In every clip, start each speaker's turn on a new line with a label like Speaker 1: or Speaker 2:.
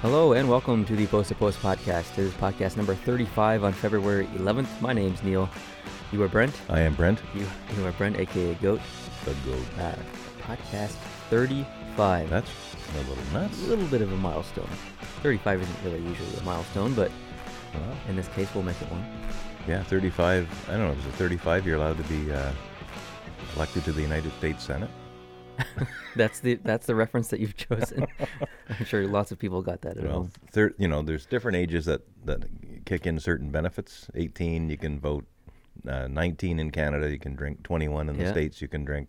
Speaker 1: Hello and welcome to the Post to Post podcast. This is podcast number 35 on February 11th. My name's Neil. You are Brent.
Speaker 2: I am Brent,
Speaker 1: You, you are Brent, aka Goat.
Speaker 2: the goat.
Speaker 1: Uh, podcast 35.
Speaker 2: That's a little nuts.
Speaker 1: a little bit of a milestone. 35 isn't really usually a milestone, but
Speaker 2: Wow.
Speaker 1: in this case, we'll make it one.
Speaker 2: Yeah, 35. I don't know. Is it 35? You're allowed to be uh, elected to the United States Senate.
Speaker 1: That's the that's the reference that you've chosen. I'm sure lots of people got that at
Speaker 2: Well,
Speaker 1: home.
Speaker 2: thir- you know, there's different ages that that kick in certain benefits. 18, you can vote. Uh, 19 in Canada, you can drink. 21 in the
Speaker 1: Yeah.
Speaker 2: states, you can drink.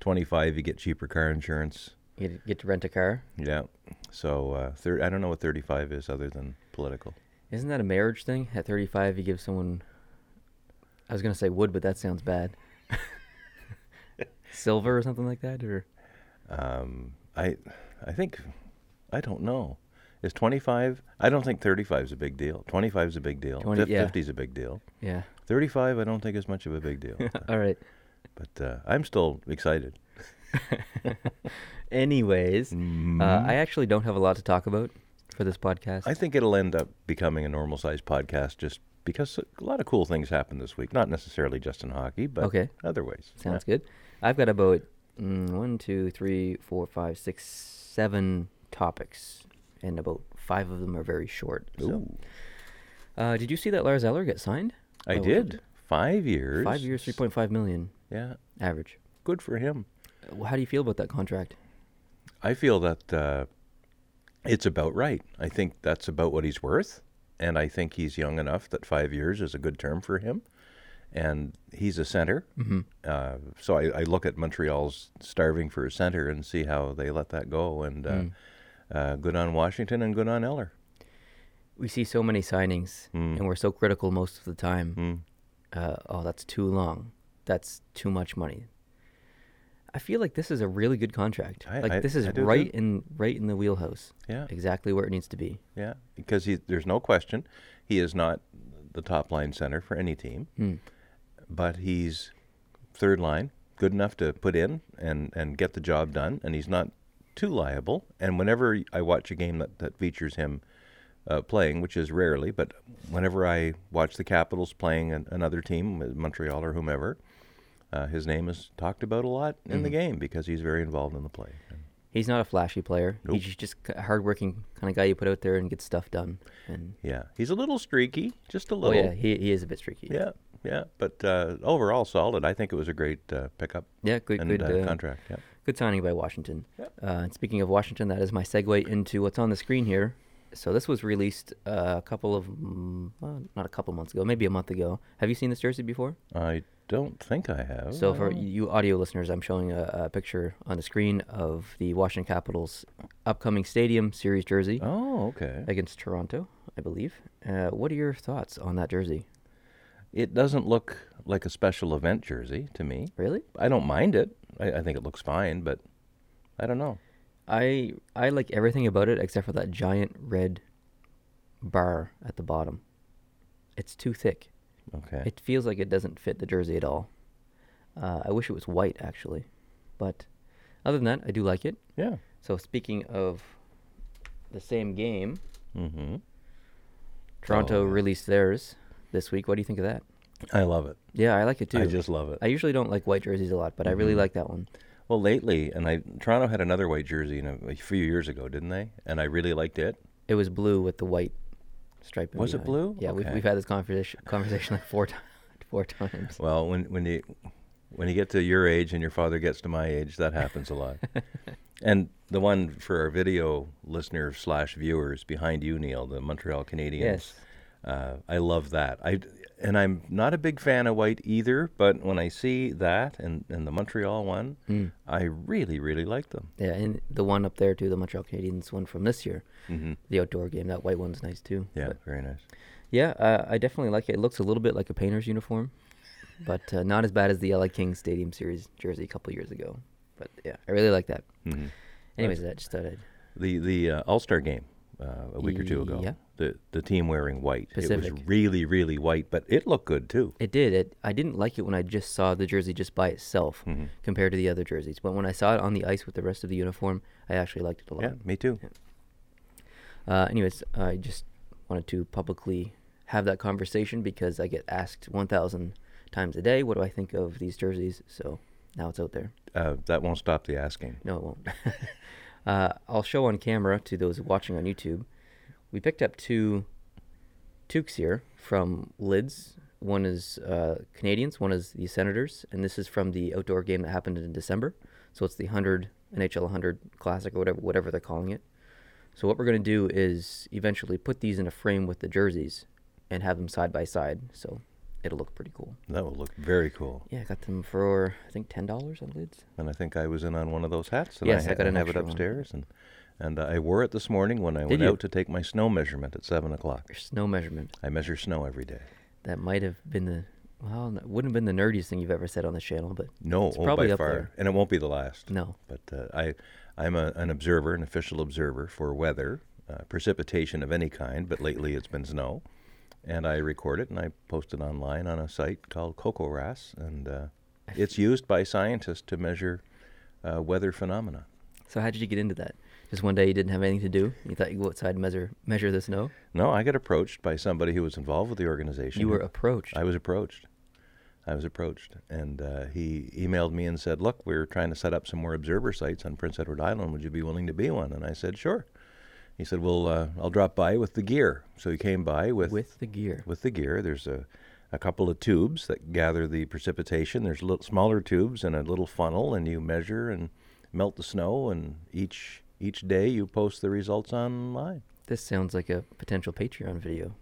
Speaker 2: 25, you get cheaper car insurance.
Speaker 1: You get- get to rent a car.
Speaker 2: Yeah. So uh, thir- I don't know what 35 is other than political.
Speaker 1: Isn't that a marriage thing? At 35, you give someone. I was gonna say wood, but that sounds bad. Silver or something like that, or
Speaker 2: Um, I, I think, I don't know. Is 25? I don't think 35 is a big deal. 25 is a big deal.
Speaker 1: 20
Speaker 2: Fif-
Speaker 1: yeah.
Speaker 2: 50 is a big deal.
Speaker 1: yeah.
Speaker 2: 35, I don't think is much of a big deal.
Speaker 1: All right.
Speaker 2: but uh, I'm still excited.
Speaker 1: Anyways, uh, I actually don't have a lot to talk about for this podcast.
Speaker 2: Mm-hmm. I think it'll end up becoming a normal sized podcast just because a lot of cool things happened this week. Not necessarily just in hockey, but
Speaker 1: Okay.
Speaker 2: other ways.
Speaker 1: Sounds good. I've got about mm, one, two, three, four, five, six, seven topics, and about five of them are very short. so.
Speaker 2: Ooh.
Speaker 1: Uh, did you see that Lars Eller get signed? Oh,
Speaker 2: I
Speaker 1: By Wimbledon?
Speaker 2: did. Five years.
Speaker 1: Five years, three point five million
Speaker 2: Yeah.
Speaker 1: average.
Speaker 2: Good for him.
Speaker 1: Uh, wh- How do you feel about that contract?
Speaker 2: I feel that uh, it's about right. I think that's about what he's worth, and I think he's young enough that five years is a good term for him. And he's a center, uh, so I, I look at Montreal's starving for a center and see how they let that go. And uh, uh, good on Washington and good on Eller.
Speaker 1: We see so many signings,
Speaker 2: Mm.
Speaker 1: and we're so critical most of the
Speaker 2: Hmm.
Speaker 1: time. Uh, oh, that's too long. That's too much money. I feel like this is a really good contract.
Speaker 2: I-
Speaker 1: like
Speaker 2: I-
Speaker 1: this is
Speaker 2: I do
Speaker 1: right
Speaker 2: too.
Speaker 1: in right in the wheelhouse.
Speaker 2: Yeah.
Speaker 1: exactly where it needs to be.
Speaker 2: Yeah, because he, there's no question he is not the top line center for any team,
Speaker 1: Hmm.
Speaker 2: but he's third line, good enough to put in and, and get the job done, and he's not too liable. And whenever I watch a game that, that features him uh, playing, which is rarely, but whenever I watch the Capitals playing an, another team, uh, Montreal or whomever, uh, his name is talked about a lot in
Speaker 1: Mm-hmm.
Speaker 2: the game because he's very involved in the play.
Speaker 1: He's not a flashy player.
Speaker 2: Nope.
Speaker 1: He's just a hardworking kind of guy you put out there and get stuff done. And
Speaker 2: Yeah, he's a little streaky, just a
Speaker 1: oh
Speaker 2: little.
Speaker 1: yeah, he, he is a bit streaky.
Speaker 2: Yeah, yeah, but uh, overall solid. I think it was a great uh, pickup
Speaker 1: yeah, good,
Speaker 2: and
Speaker 1: good,
Speaker 2: uh,
Speaker 1: uh,
Speaker 2: contract. Yeah,
Speaker 1: good signing by Washington. Uh, and speaking of Washington, that is my segue into what's on the screen here. So this was released uh, a couple of, mm, well, not a couple months ago, maybe a month ago. Have you seen this jersey before?
Speaker 2: I don't think Oh, I have.
Speaker 1: So for you audio listeners, I'm showing a, a picture on the screen of the Washington Capitals' upcoming Stadium Series jersey
Speaker 2: oh, okay.
Speaker 1: against Toronto, I believe. Uh, what are your thoughts on that jersey?
Speaker 2: It doesn't look like a special event jersey to me.
Speaker 1: Really?
Speaker 2: I don't mind it. I, I think it looks fine, but I don't know.
Speaker 1: I I like everything about it except for that giant red bar at the bottom. It's too thick.
Speaker 2: Okay.
Speaker 1: It feels like it doesn't fit the jersey at all. Uh, I wish it was white actually, but other than that, I do like it.
Speaker 2: yeah.
Speaker 1: So speaking of the same game,
Speaker 2: Mm-hmm. Oh.
Speaker 1: Toronto released theirs this week. What do you think of that?
Speaker 2: I love it.
Speaker 1: Yeah, I like it too.
Speaker 2: I just Mm-hmm. love it.
Speaker 1: I usually don't like white jerseys a lot, but I really like that one.
Speaker 2: Well, lately, and I Toronto had another white jersey in a, a few years ago, didn't they? And I really liked it.
Speaker 1: It was blue with the white stripe. in
Speaker 2: Was it
Speaker 1: behind.
Speaker 2: blue?
Speaker 1: Yeah, we've,
Speaker 2: Okay.
Speaker 1: we've had this conversation conversation like four times. Four times.
Speaker 2: Well, when when you when you get to your age and your father gets to my age, that happens a lot. and the one for our video listener slash viewers behind you, Neil, the Montreal Canadiens.
Speaker 1: Yes.
Speaker 2: Uh, I love that. I and I'm not a big fan of white either, but when I see that and, and the Montreal one,
Speaker 1: Hmm.
Speaker 2: I really really like them.
Speaker 1: Yeah, and the one up there too, the Montreal Canadiens one from this year, mm-hmm. the outdoor game. That white one's nice too.
Speaker 2: Yeah,
Speaker 1: But
Speaker 2: very nice.
Speaker 1: yeah, uh, I definitely like it. It looks a little bit like a painter's uniform, but uh, not as bad as the LA Kings Stadium Series jersey a couple years ago. But yeah, I really like that. Anyways, that just started.
Speaker 2: Mm-hmm. The the uh, All Star game uh, a week or two ago.
Speaker 1: Yeah.
Speaker 2: The the team wearing white. It was
Speaker 1: Pacific.
Speaker 2: really really white, but it looked good too.
Speaker 1: It did. It. I didn't like it when I just saw the jersey just by itself compared to the other jerseys, but when I saw it on the ice with the rest of the uniform, I actually liked it a lot.
Speaker 2: Yeah, me too.
Speaker 1: Uh, anyways, I just wanted to publicly have that conversation because I get asked 1,000 times a day, what do I think of these jerseys? So now it's out there.
Speaker 2: Uh, that won't stop the asking.
Speaker 1: No, it won't. uh, I'll show on camera to those watching on YouTube. We picked up two toques here from Lids. One is uh, Canadians, one is the Senators, and this is from the outdoor game that happened in December. So it's the 100 NHL 100 Classic or whatever whatever they're calling it. So what we're going to do is eventually put these in a frame with the jerseys and have them side by side. So it'll look pretty cool.
Speaker 2: That will look very cool.
Speaker 1: Yeah, I got them for I think ten dollars on Lids.
Speaker 2: And I think I was in on one of those hats, and
Speaker 1: Yes,
Speaker 2: I,
Speaker 1: I
Speaker 2: ha-
Speaker 1: got an
Speaker 2: have it
Speaker 1: extra one.
Speaker 2: upstairs, and and uh, I wore it this morning when I went
Speaker 1: you?
Speaker 2: out to take my snow measurement at seven o'clock.
Speaker 1: Your snow measurement.
Speaker 2: I measure snow every day.
Speaker 1: That might have been the well, that wouldn't have been the nerdiest thing you've ever said on the channel, but
Speaker 2: No,
Speaker 1: it's
Speaker 2: oh,
Speaker 1: probably
Speaker 2: by
Speaker 1: up
Speaker 2: far,
Speaker 1: there.
Speaker 2: and it won't be the last.
Speaker 1: No.
Speaker 2: but uh, I I'm a, an observer, an official observer for weather, uh, precipitation of any kind. But lately, it's been snow, and I record it and I post it online on a site called Cocoras, and uh, it's used by scientists to measure uh, weather phenomena.
Speaker 1: So how did you get into that? Just one day you didn't have anything to do. You thought you go outside and measure measure the snow.
Speaker 2: No, I got approached by somebody who was involved with the organization.
Speaker 1: You were approached.
Speaker 2: I was approached. I was approached, and uh, he emailed me and said, "Look, we're trying to set up some more observer sites on Prince Edward Island. Would you be willing to be one?" And I said, "Sure." He said, "Well, uh, I'll drop by with the gear." So he came by with
Speaker 1: with the gear.
Speaker 2: with the gear. There's a a couple of tubes that gather the precipitation. There's little smaller tubes and a little funnel, and you measure and melt the snow. And each each day you post the results online.
Speaker 1: This sounds like a potential Patreon video.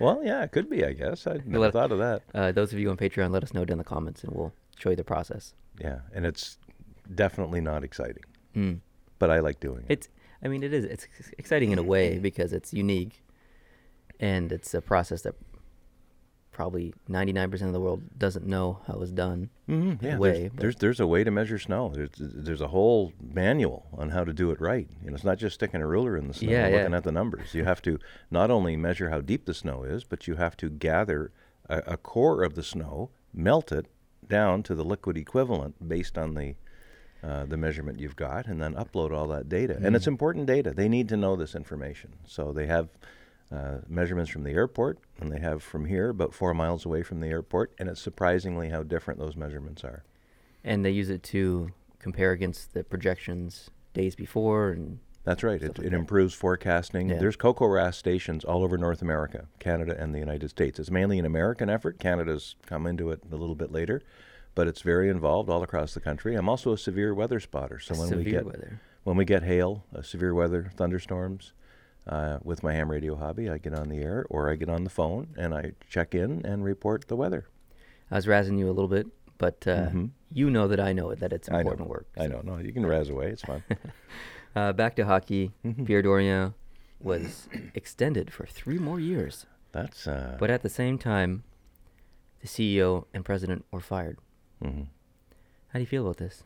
Speaker 2: Well, yeah, it could be. I guess I
Speaker 1: You'll
Speaker 2: never
Speaker 1: have-
Speaker 2: thought of that.
Speaker 1: Uh, those of you on Patreon, let us know down in the comments, and we'll show you the process.
Speaker 2: Yeah, and it's definitely not exciting,
Speaker 1: Mm.
Speaker 2: but I like doing it.
Speaker 1: It's, I mean, it is. It's ex- exciting in a
Speaker 2: Mm.
Speaker 1: way because it's unique, and it's a process that probably 99% of the world doesn't know how it's done.
Speaker 2: Mhm, yeah,
Speaker 1: way,
Speaker 2: there's,
Speaker 1: but-
Speaker 2: there's there's a way to measure snow. There's there's a whole manual on how to do it right. You know, it's not just sticking a ruler in the snow
Speaker 1: Yeah,
Speaker 2: and
Speaker 1: yeah.
Speaker 2: looking at the numbers. You have to not only measure how deep the snow is, but you have to gather a, a core of the snow, melt it down to the liquid equivalent based on the uh, the measurement you've got, and then upload all that data. And
Speaker 1: Mm.
Speaker 2: it's important data. They need to know this information. So they have uh, measurements from the airport, and they have from here, about four miles away from the airport. And it's surprisingly how different those measurements are.
Speaker 1: And they use it to compare against the projections days before and
Speaker 2: That's right. It, it improves forecasting.
Speaker 1: Yeah.
Speaker 2: There's Cocoa RAS stations all over North America, Canada, and the United States. It's mainly an American effort. Canada's come into it a little bit later, but it's very involved all across the country. I'm also a severe weather spotter. So when we
Speaker 1: severe
Speaker 2: get
Speaker 1: weather.
Speaker 2: when we get hail, uh, severe weather, thunderstorms, uh, with my ham radio hobby, I get on the air or I get on the phone and I check in and report the weather.
Speaker 1: I was razzing you a little bit, but uh, you know that I know it, that it's
Speaker 2: Mm-hmm. I know.
Speaker 1: important work.
Speaker 2: I know. No, you can razz away. It's fun.
Speaker 1: Uh, back to hockey.
Speaker 2: Mm-hmm.
Speaker 1: Pierre Dorian was extended for three more years,
Speaker 2: That's uh,
Speaker 1: but at the same time, the CEO and president were fired.
Speaker 2: mhm.
Speaker 1: How do you feel about this?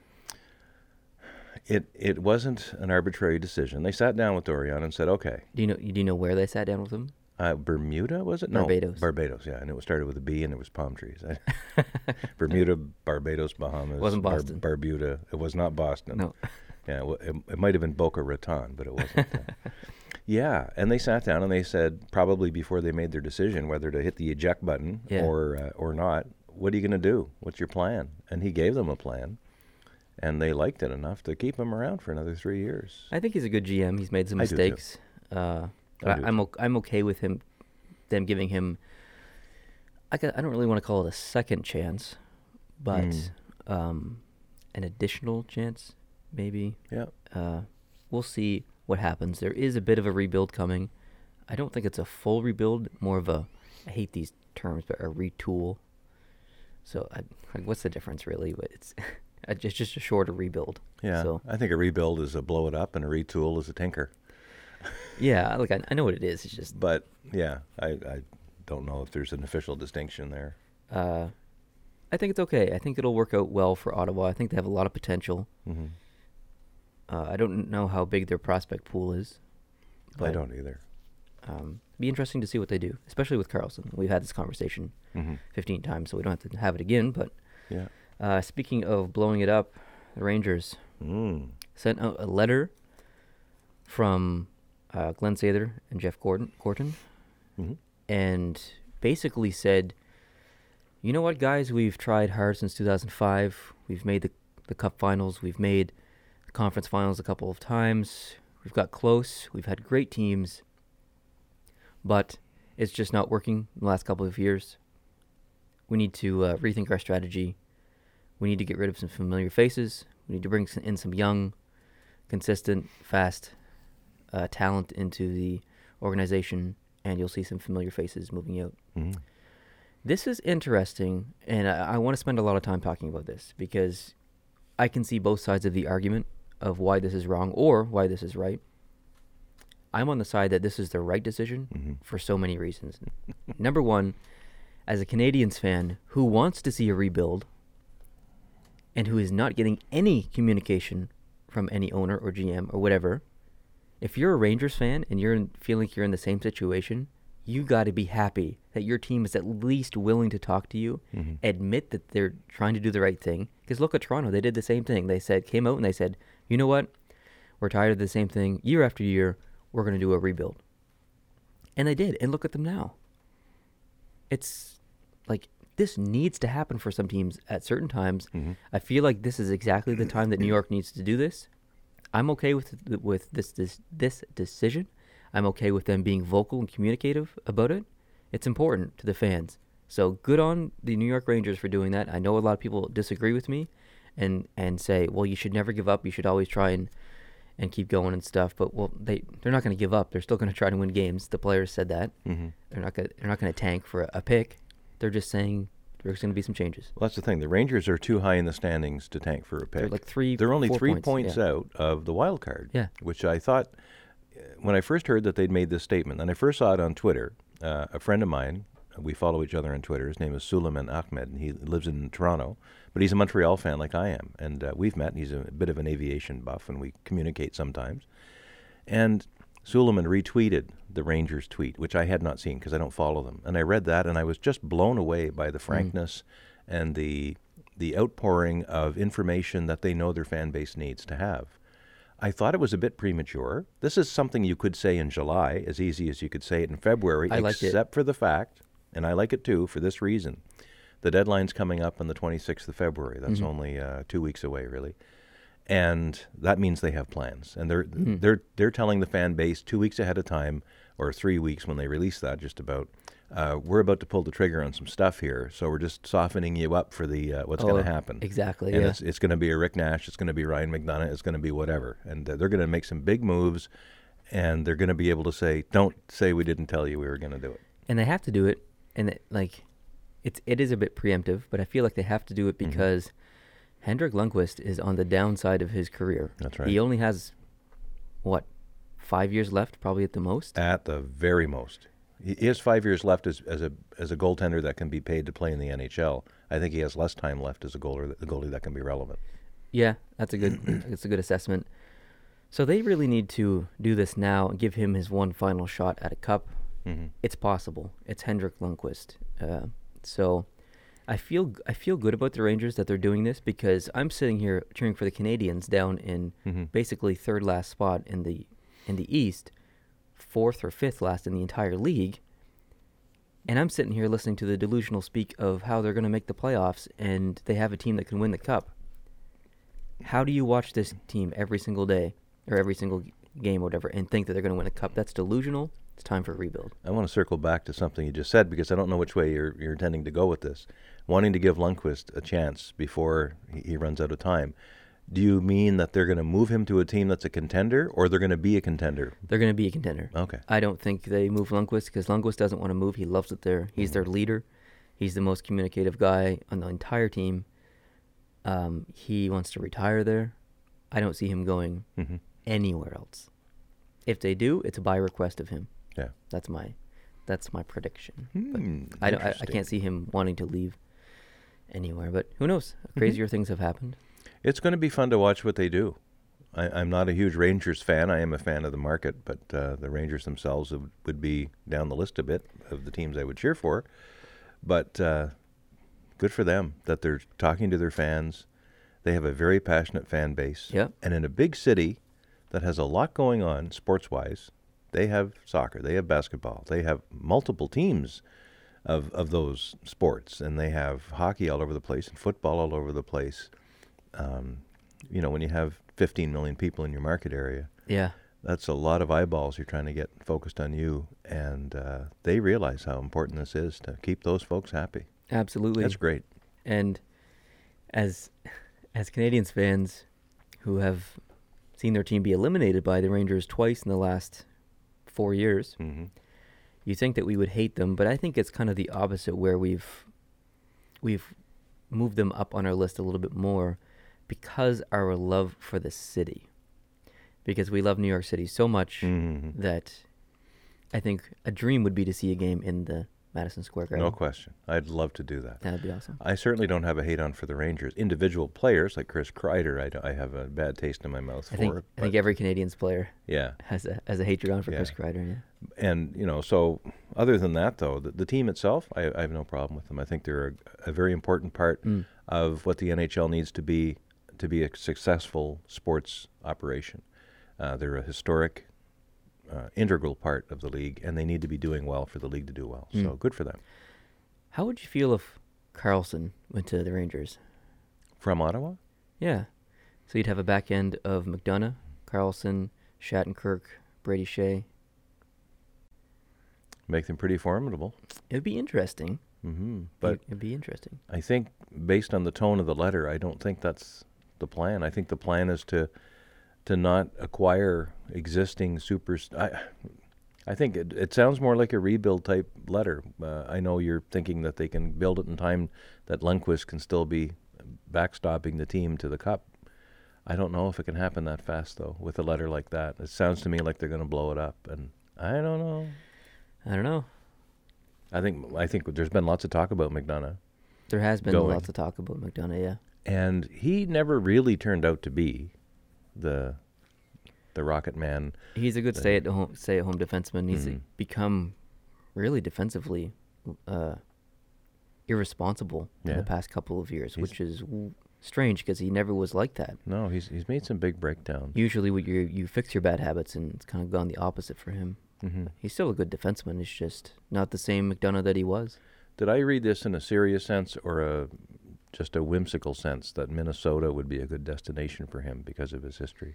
Speaker 2: it. It wasn't an arbitrary decision. They sat down with Dorian and said, "Okay,
Speaker 1: Do you know? Do you know where they sat down with him?
Speaker 2: Uh, Bermuda was it?
Speaker 1: Barbados.
Speaker 2: No, Barbados. Yeah, and it was started with a B, and there was palm trees. I- Bermuda, Barbados, Bahamas.
Speaker 1: Wasn't
Speaker 2: Bar-
Speaker 1: Boston.
Speaker 2: Barbuda. It was not Boston.
Speaker 1: No.
Speaker 2: Yeah, it, wa- it, it might have been Boca Raton, but it wasn't. that. yeah, and they sat down and they said probably before they made their decision whether to hit the eject button
Speaker 1: Yeah.
Speaker 2: or uh, or not. What are you going to do? What's your plan? And he gave them a plan, and they liked it enough to keep him around for another three years.
Speaker 1: I think he's a good GM. He's made some
Speaker 2: I do too.
Speaker 1: mistakes. Uh, but
Speaker 2: I
Speaker 1: I
Speaker 2: do
Speaker 1: I'm o- I'm okay with him, them giving him. I ca- I don't really want to call it a second chance, but
Speaker 2: Hmm.
Speaker 1: um, an additional chance, maybe.
Speaker 2: Yeah.
Speaker 1: Uh, we'll see what happens. There is a bit of a rebuild coming. I don't think it's a full rebuild. More of a, I hate these terms, but a retool. So, I, like, what's the difference really? But It's it's just a shorter rebuild.
Speaker 2: Yeah,
Speaker 1: So
Speaker 2: I think a rebuild is a blow it up, and a retool is a tinker.
Speaker 1: Yeah, like I, I know what it is. It's just
Speaker 2: But yeah, I, I don't know if there's an official distinction there.
Speaker 1: uh, I think it's okay. I think it'll work out well for Ottawa. I think they have a lot of potential.
Speaker 2: Mm-hmm.
Speaker 1: Uh, I don't know how big their prospect pool is.
Speaker 2: I
Speaker 1: But-
Speaker 2: don't either.
Speaker 1: Um, be interesting to see what they do, especially with Carlson. We've had this conversation
Speaker 2: Mhm.
Speaker 1: 15 times, so we don't have to have it again. But
Speaker 2: Yeah.
Speaker 1: uh, speaking of blowing it up, the Rangers
Speaker 2: Mm.
Speaker 1: sent out a letter from uh, Glenn Sather and Jeff Gordon, Corton,
Speaker 2: Mhm.
Speaker 1: and basically said, "You know what, guys? We've tried hard since 2005. We've made the the Cup Finals. We've made the Conference Finals a couple of times. We've got close. We've had great teams, but it's just not working in the last couple of years. We need to uh, rethink our strategy. We need to get rid of some familiar faces. We need to bring some, in some young, consistent, fast uh, talent into the organization, and you'll see some familiar faces moving out.
Speaker 2: Mhm.
Speaker 1: This is interesting, and I, I want to spend a lot of time talking about this because I can see both sides of the argument of why this is wrong or why this is right. I'm on the side that this is the right decision
Speaker 2: Mhm.
Speaker 1: for so many reasons. Number one, as a Canadians fan who wants to see a rebuild and who is not getting any communication from any owner or GM or whatever, if you're a Rangers fan and you're in, feeling you're in the same situation, you got to be happy that your team is at least willing to talk to you,
Speaker 2: Mhm.
Speaker 1: admit that they're trying to do the right thing. Because look at Toronto, they did the same thing. They said, came out and they said, you know what? We're tired of the same thing year after year. We're going to do a rebuild. And they did. And look at them now. It's like this needs to happen for some teams at certain times.
Speaker 2: Mhm.
Speaker 1: I feel like this is exactly the time that New York needs to do this. I'm okay with th- with this this this decision. I'm okay with them being vocal and communicative about it. It's important to the fans. So good on the New York Rangers for doing that. I know a lot of people disagree with me and and say, "Well, you should never give up. You should always try and and keep going and stuff." But well, they they're not going to give up. They're still going to try to win games. The players said that.
Speaker 2: Mhm.
Speaker 1: They're not gonna, they're not going to tank for a, a pick. They're just saying there's going to be some changes.
Speaker 2: Well, that's the thing. The Rangers are too high in the standings to tank for a pick.
Speaker 1: They're like three,
Speaker 2: They're only
Speaker 1: four
Speaker 2: three
Speaker 1: points,
Speaker 2: points,
Speaker 1: yeah.
Speaker 2: out of the wild card.
Speaker 1: Yeah.
Speaker 2: Which I thought uh, when I first heard that they'd made this statement, and I first saw it on Twitter. Uh, a friend of mine, uh, we follow each other on Twitter. His name is Suleiman Ahmed, and he lives in Toronto, but he's a Montreal fan like I am, and uh, we've met. And he's a bit of an aviation buff, and we communicate sometimes. And Suleiman retweeted the Rangers tweet, which I had not seen because I don't follow them. And I read that, and I was just blown away by
Speaker 1: Mm.
Speaker 2: the frankness and the the outpouring of information that they know their fan base needs to have. I thought it was a bit premature. This is something you could say in July, as easy as you could say it in February,
Speaker 1: I liked it.
Speaker 2: except for the fact, and I like it too, for this reason. The deadline's coming up on the 26th of February. That's
Speaker 1: Mm-hmm.
Speaker 2: only uh, two weeks away, really and that means they have plans and they're
Speaker 1: Hmm.
Speaker 2: they're they're telling the fan base two weeks ahead of time or three weeks when they release that just about uh, we're about to pull the trigger on some stuff here so we're just softening you up for the uh, what's
Speaker 1: Oh,
Speaker 2: going to happen
Speaker 1: Exactly.
Speaker 2: and
Speaker 1: yeah.
Speaker 2: it's, it's going to be a Rick Nash it's going to be Ryan McDonough it's going to be whatever and uh, they're going to make some big moves and they're going to be able to say don't say we didn't tell you we were going to do it
Speaker 1: and they have to do it and it, like it's it is a bit preemptive but i feel like they have to do
Speaker 2: Mm-hmm.
Speaker 1: it because hendrik lundquist is on the downside of his career
Speaker 2: That's right.
Speaker 1: he only has what five years left probably at the most
Speaker 2: at the very most he he has five years left as, as a as a goaltender that can be paid to play in the NHL. I think he has less time left as a goaler, that- the goalie that can be relevant.
Speaker 1: yeah that's a good that's a good assessment so they really need to do this now and give him his one final shot at a cup
Speaker 2: Mm-hmm.
Speaker 1: it's possible it's hendrik lundquist uh, so I feel g- I feel good about the Rangers that they're doing this because I'm sitting here cheering for the Canadians down in basically third last spot in the in the East, fourth or fifth last in the entire league. And I'm sitting here listening to the delusional speak of how they're going to make the playoffs and they have a team that can win the cup. How do you watch this team every single day or every single g- game or whatever and think that they're going to win a cup? That's delusional. It's time for a rebuild.
Speaker 2: I want to circle back to something you just said because I don't know which way you're, you're intending to go with this. Wanting to give Lundqvist a chance before he, he runs out of time. Do you mean that they're going to move him to a team that's a contender, or they're going to be a contender?
Speaker 1: They're going to be a contender.
Speaker 2: Okay.
Speaker 1: I don't think they move Lundqvist because Lundqvist doesn't want to move. He loves it there.
Speaker 2: Mm-hmm.
Speaker 1: He's their leader. He's the most communicative guy on the entire team. Um, he wants to retire there. I don't see him going
Speaker 2: Mm-hmm.
Speaker 1: anywhere else. If they do, it's by request of him.
Speaker 2: Yeah.
Speaker 1: That's my, that's my prediction.
Speaker 2: Hmm,
Speaker 1: But I don't. I, I
Speaker 2: interesting.
Speaker 1: can't see him wanting to leave anywhere. But who knows?
Speaker 2: Mm-hmm.
Speaker 1: Crazier things have happened.
Speaker 2: It's going to be fun to watch what they do. I, I'm not a huge Rangers fan. I am a fan of the market, but uh, the Rangers themselves would, would be down the list a bit of the teams I would cheer for. But uh, good for them that they're talking to their fans. They have a very passionate fan base.
Speaker 1: Yep.
Speaker 2: And in a big city that has a lot going on sports wise, They have soccer, they have basketball, they have multiple teams of of those sports, and they have hockey all over the place and football all over the place. Um, you know, when you have 15 million people in your market area,
Speaker 1: Yeah.
Speaker 2: that's a lot of eyeballs you're trying to get focused on you, and uh, they realize how important this is to keep those folks happy.
Speaker 1: Absolutely.
Speaker 2: That's great.
Speaker 1: And as as Canadians fans who have seen their team be eliminated by the Rangers twice in the last four years,
Speaker 2: hmm
Speaker 1: you think that we would hate them, but I think it's kind of the opposite where we've we've moved them up on our list a little bit more because our love for the city. Because we love New York City so much
Speaker 2: Mhm.
Speaker 1: that I think a dream would be to see a game in the Madison Square Garden.
Speaker 2: No question. I'd love to do that.
Speaker 1: That'd be awesome.
Speaker 2: I certainly don't have a hate on for the Rangers. Individual players like Chris Kreider, I, d- I have a bad taste in my mouth
Speaker 1: I
Speaker 2: for.
Speaker 1: think I
Speaker 2: but-
Speaker 1: think every Canadians player
Speaker 2: yeah,
Speaker 1: has a has a hatred on for Chris
Speaker 2: Yeah.
Speaker 1: Kreider. Yeah.
Speaker 2: and you know, so other than that, though, the, the team itself, I, I have no problem with them. I think they're a, a very important part of what the NHL needs to be to be a successful sports operation. Uh, they're a historic, uh, integral part of the league, and they need to be doing well for the league to do well. So good for them.
Speaker 1: How would you feel if Carlson went to the Rangers?
Speaker 2: From Ottawa,
Speaker 1: Yeah. So you'd have a back end of McDonough, Carlson, Shattenkirk, Brady Shea.
Speaker 2: make them pretty formidable.
Speaker 1: It would be interesting.
Speaker 2: hmm But
Speaker 1: it'd be interesting.
Speaker 2: I think based on the tone of the letter, I don't think that's the plan. I think the plan is to to not acquire existing super. I, I think it, it sounds more like a rebuild type letter. Uh, I know you're thinking that they can build it in time that Lundqvist can still be backstopping the team to the cup. I don't know if it can happen that fast though with a letter like that. It sounds to me like they're going to blow it up, and I don't know.
Speaker 1: I don't know.
Speaker 2: I think I think there's been lots of talk about McDonough.
Speaker 1: There has been
Speaker 2: Going.
Speaker 1: lots of talk about McDonough. Yeah.
Speaker 2: and he never really turned out to be the the rocket man
Speaker 1: He's a good stay at home stay at home defenseman. He's become really defensively uh, irresponsible in
Speaker 2: Yeah.
Speaker 1: the past couple of years, which is w- strange because he never was like that.
Speaker 2: no he's he's made some big breakdowns
Speaker 1: Usually, what you you fix your bad habits, and it's kind of gone the opposite for him.
Speaker 2: Mhm.
Speaker 1: He's still a good defenseman. It's just not the same McDonough that he was.
Speaker 2: did i read this in a serious sense or a just a whimsical sense that minnesota would be a good destination for him because of his history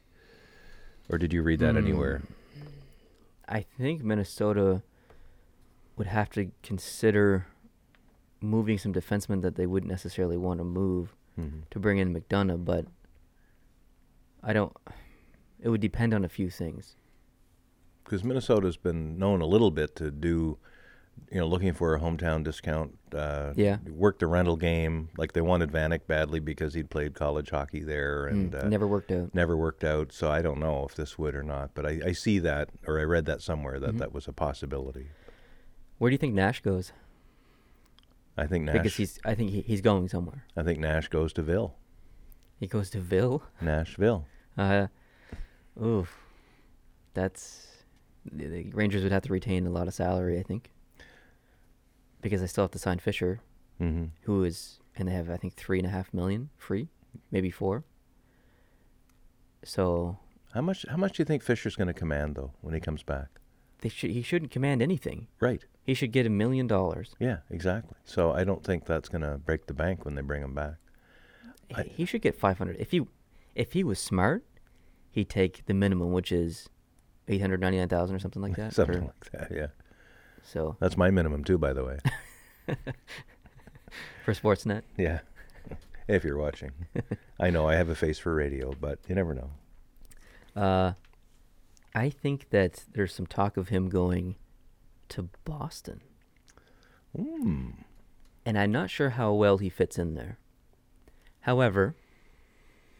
Speaker 2: or did you read
Speaker 1: Hmm.
Speaker 2: that anywhere
Speaker 1: I think Minnesota would have to consider moving some defensemen that they wouldn't necessarily want to move
Speaker 2: Mm-hmm.
Speaker 1: to bring in McDonough, but I don't. It would depend on a few things.
Speaker 2: because minnesota's been known a little bit to do you know looking for a hometown discount uh,
Speaker 1: Yeah.
Speaker 2: work the rental game like they wanted vanek badly because he'd played college hockey there and uh,
Speaker 1: Hmm, Never worked out.
Speaker 2: never worked out, so I don't know if this would or not. But I, I see that, or I read that somewhere
Speaker 1: Mm-hmm.
Speaker 2: that that was a possibility.
Speaker 1: Where do you think Nash goes?
Speaker 2: I think Nash.
Speaker 1: Because he's. I think he, he's going somewhere.
Speaker 2: I think Nash goes to Ville,
Speaker 1: He goes to Ville.
Speaker 2: Nashville.
Speaker 1: Uh, oof, that's the, the Rangers would have to retain a lot of salary, I think, because they still have to sign Fisher,
Speaker 2: Mm-hmm.
Speaker 1: who is, and they have I think three and a half million free, maybe four. So
Speaker 2: How much? How much do you think Fisher's going to command though when he comes back?
Speaker 1: they should he shouldn't command anything.
Speaker 2: Right.
Speaker 1: He should get a million dollars.
Speaker 2: Yeah. Exactly. So I don't think that's going to break the bank when they bring him back. I-
Speaker 1: He should get five hundred. If he, if he was smart, he'd take the minimum, which is eight hundred ninety nine thousand or something like that.
Speaker 2: Something
Speaker 1: for-
Speaker 2: like that. Yeah.
Speaker 1: so
Speaker 2: That's my minimum too, by the way.
Speaker 1: for Sportsnet.
Speaker 2: yeah. If you're watching, I know I have a face for radio, but you never know.
Speaker 1: Uh, I think that there's some talk of him going to Boston,
Speaker 2: Hmm.
Speaker 1: and I'm not sure how well he fits in there. However,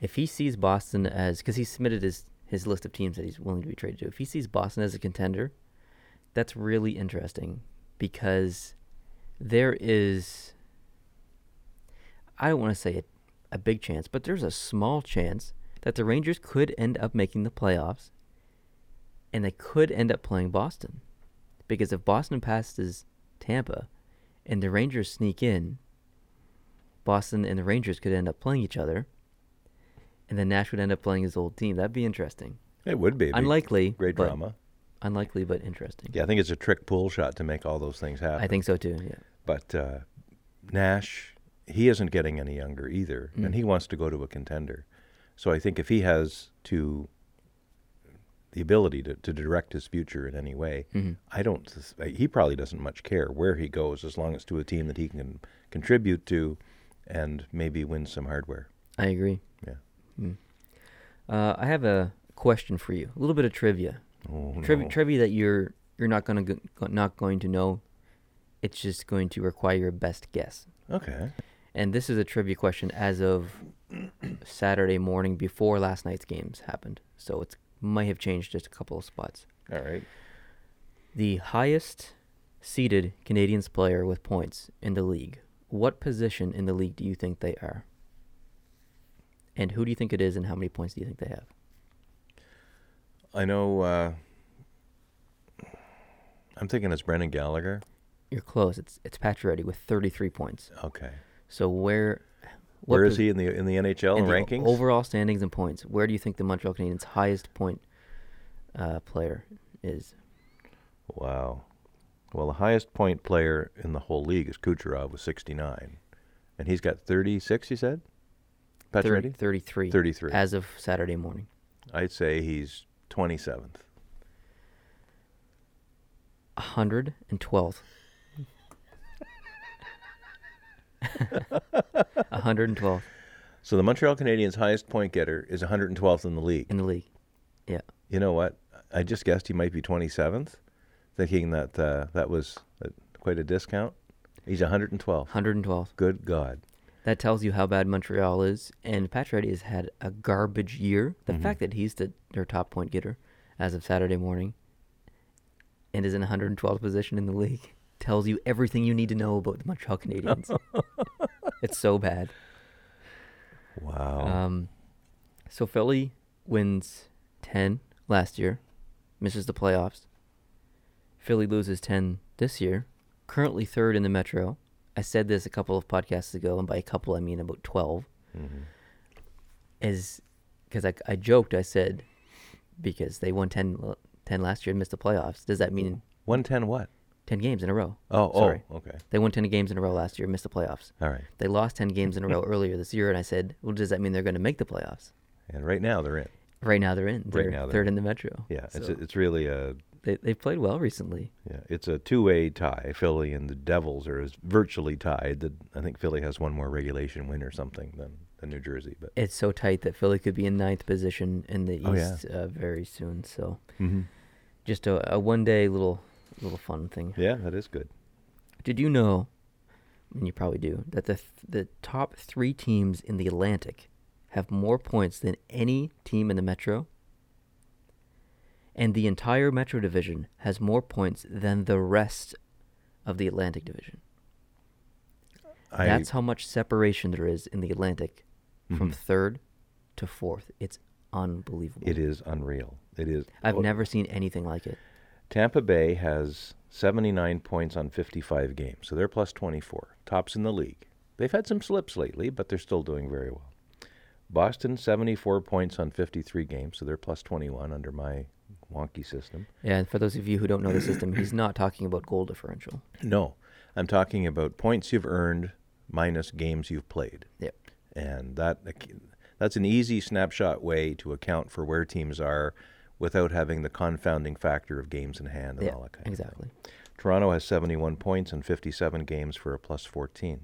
Speaker 1: if he sees Boston as because he submitted his his list of teams that he's willing to be traded to, if he sees Boston as a contender, that's really interesting because there is I don't want to say a, a big chance, but there's a small chance that the Rangers could end up making the playoffs and they could end up playing Boston. Because if Boston passes Tampa and the Rangers sneak in, Boston and the Rangers could end up playing each other. And then Nash would end up playing his old team. That'd be interesting.
Speaker 2: It would be it'd be
Speaker 1: Unlikely.
Speaker 2: Great
Speaker 1: but
Speaker 2: drama.
Speaker 1: Unlikely but interesting.
Speaker 2: Yeah, I think it's a trick pool shot to make all those things happen.
Speaker 1: I think so too. Yeah.
Speaker 2: But uh, Nash, he isn't getting any younger either, and he wants to go to a contender. So I think if he has to the ability to, to direct his future in any way,
Speaker 1: Mm-hmm.
Speaker 2: I don't. sus- uh, He probably doesn't much care where he goes, as long as to a team that he can contribute to, and maybe win some hardware.
Speaker 1: I agree. Mm.
Speaker 2: Yeah.
Speaker 1: Uh, I have a question for you. A little bit of trivia.
Speaker 2: Oh,
Speaker 1: Triv-
Speaker 2: no.
Speaker 1: Trivia that you're you're not gonna go- go- not going to know. It's just going to require your best guess.
Speaker 2: Okay.
Speaker 1: And this is a trivia question as of Saturday morning before last night's games happened. So it might have changed just a couple of spots.
Speaker 2: All right.
Speaker 1: The highest seeded Canadians player with points in the league. What position in the league do you think they are? And who do you think it is and how many points do you think they have?
Speaker 2: I know. Uh, I'm thinking it's Brendan Gallagher.
Speaker 1: You're close. It's it's Pacioretty with 33 points.
Speaker 2: Okay.
Speaker 1: So where
Speaker 2: Where is
Speaker 1: pos-
Speaker 2: he in the in the NHL
Speaker 1: in the o-
Speaker 2: rankings?
Speaker 1: Overall standings and points. Where do you think the Montreal Canadiens highest point uh, player is?
Speaker 2: Wow. Well, the highest point player in the whole league is Kucherov with 69, and he's got 36. You said.
Speaker 1: Thirty-
Speaker 2: Pacioretty.
Speaker 1: 33.
Speaker 2: 33.
Speaker 1: As of Saturday morning.
Speaker 2: I'd say he's 27th.
Speaker 1: 112th. 112th
Speaker 2: So the Montreal Canadiens' highest point getter is 112th in the league.
Speaker 1: in the league. Yeah.
Speaker 2: You know what? I just guessed he might be 27th, thinking that uh, that was uh, quite a discount. He's 112th.
Speaker 1: 112th.
Speaker 2: Good God.
Speaker 1: That tells you how bad Montreal is. And Pacioretty has had a garbage year. The fact that he's the, their top point getter as of Saturday morning and is in 112th position in the league tells you everything you need to know about the Montreal Canadiens. it's so bad.
Speaker 2: Wow.
Speaker 1: Um, so Philly wins 10 last year, misses the playoffs. Philly loses 10 this year, currently third in the Metro. I said this a couple of podcasts ago, and by a couple, I mean about 12.
Speaker 2: Mm-hmm.
Speaker 1: Is because I, I joked, I said, because they won 10, l- 10 last year and missed the playoffs. Does that mean
Speaker 2: 110 what?
Speaker 1: 10 games in a row?
Speaker 2: Oh,
Speaker 1: Sorry.
Speaker 2: oh, okay.
Speaker 1: They won 10 games in a row last year, missed the playoffs.
Speaker 2: All right.
Speaker 1: They lost 10 games in a row earlier this year, and I said, well, does that mean they're going to make the playoffs?
Speaker 2: And right now they're in.
Speaker 1: Right now they're in. They're
Speaker 2: now they're
Speaker 1: third in the Metro.
Speaker 2: Yeah, it's
Speaker 1: So
Speaker 2: it's really a
Speaker 1: they they've played well recently.
Speaker 2: yeah, it's a two-way tie. Philly and the Devils are as virtually tied. The, I think Philly has one more regulation win or something than, than New Jersey, but
Speaker 1: It's so tight that Philly could be in ninth position in the
Speaker 2: Oh, yeah.
Speaker 1: East uh, very soon. So
Speaker 2: Mhm.
Speaker 1: just a, a one day little little fun thing.
Speaker 2: yeah, that is good.
Speaker 1: Did you know? And you probably do that the th- the top three teams in the Atlantic have more points than any team in the Metro. And the entire Metro Division has more points than the rest of the Atlantic Division.
Speaker 2: I,
Speaker 1: That's how much separation there is in the Atlantic from
Speaker 2: Mhm.
Speaker 1: third to fourth. It's unbelievable.
Speaker 2: It is unreal. It is.
Speaker 1: I've
Speaker 2: oh,
Speaker 1: never seen anything like it.
Speaker 2: Tampa Bay has 79 points on 55 games, so they're plus 24, tops in the league. They've had some slips lately, but they're still doing very well. Boston 74 points on 53 games, so they're plus 21 under my wonky system.
Speaker 1: Yeah, and for those of you who don't know the system, he's not talking about goal differential.
Speaker 2: No, I'm talking about points you've earned minus games you've played.
Speaker 1: Yep.
Speaker 2: and that that's an easy snapshot way to account for where teams are without having the confounding factor of games in hand and
Speaker 1: Yeah,
Speaker 2: all that kind of
Speaker 1: exactly.
Speaker 2: thing. Toronto has 71 points and 57 games for a plus 14.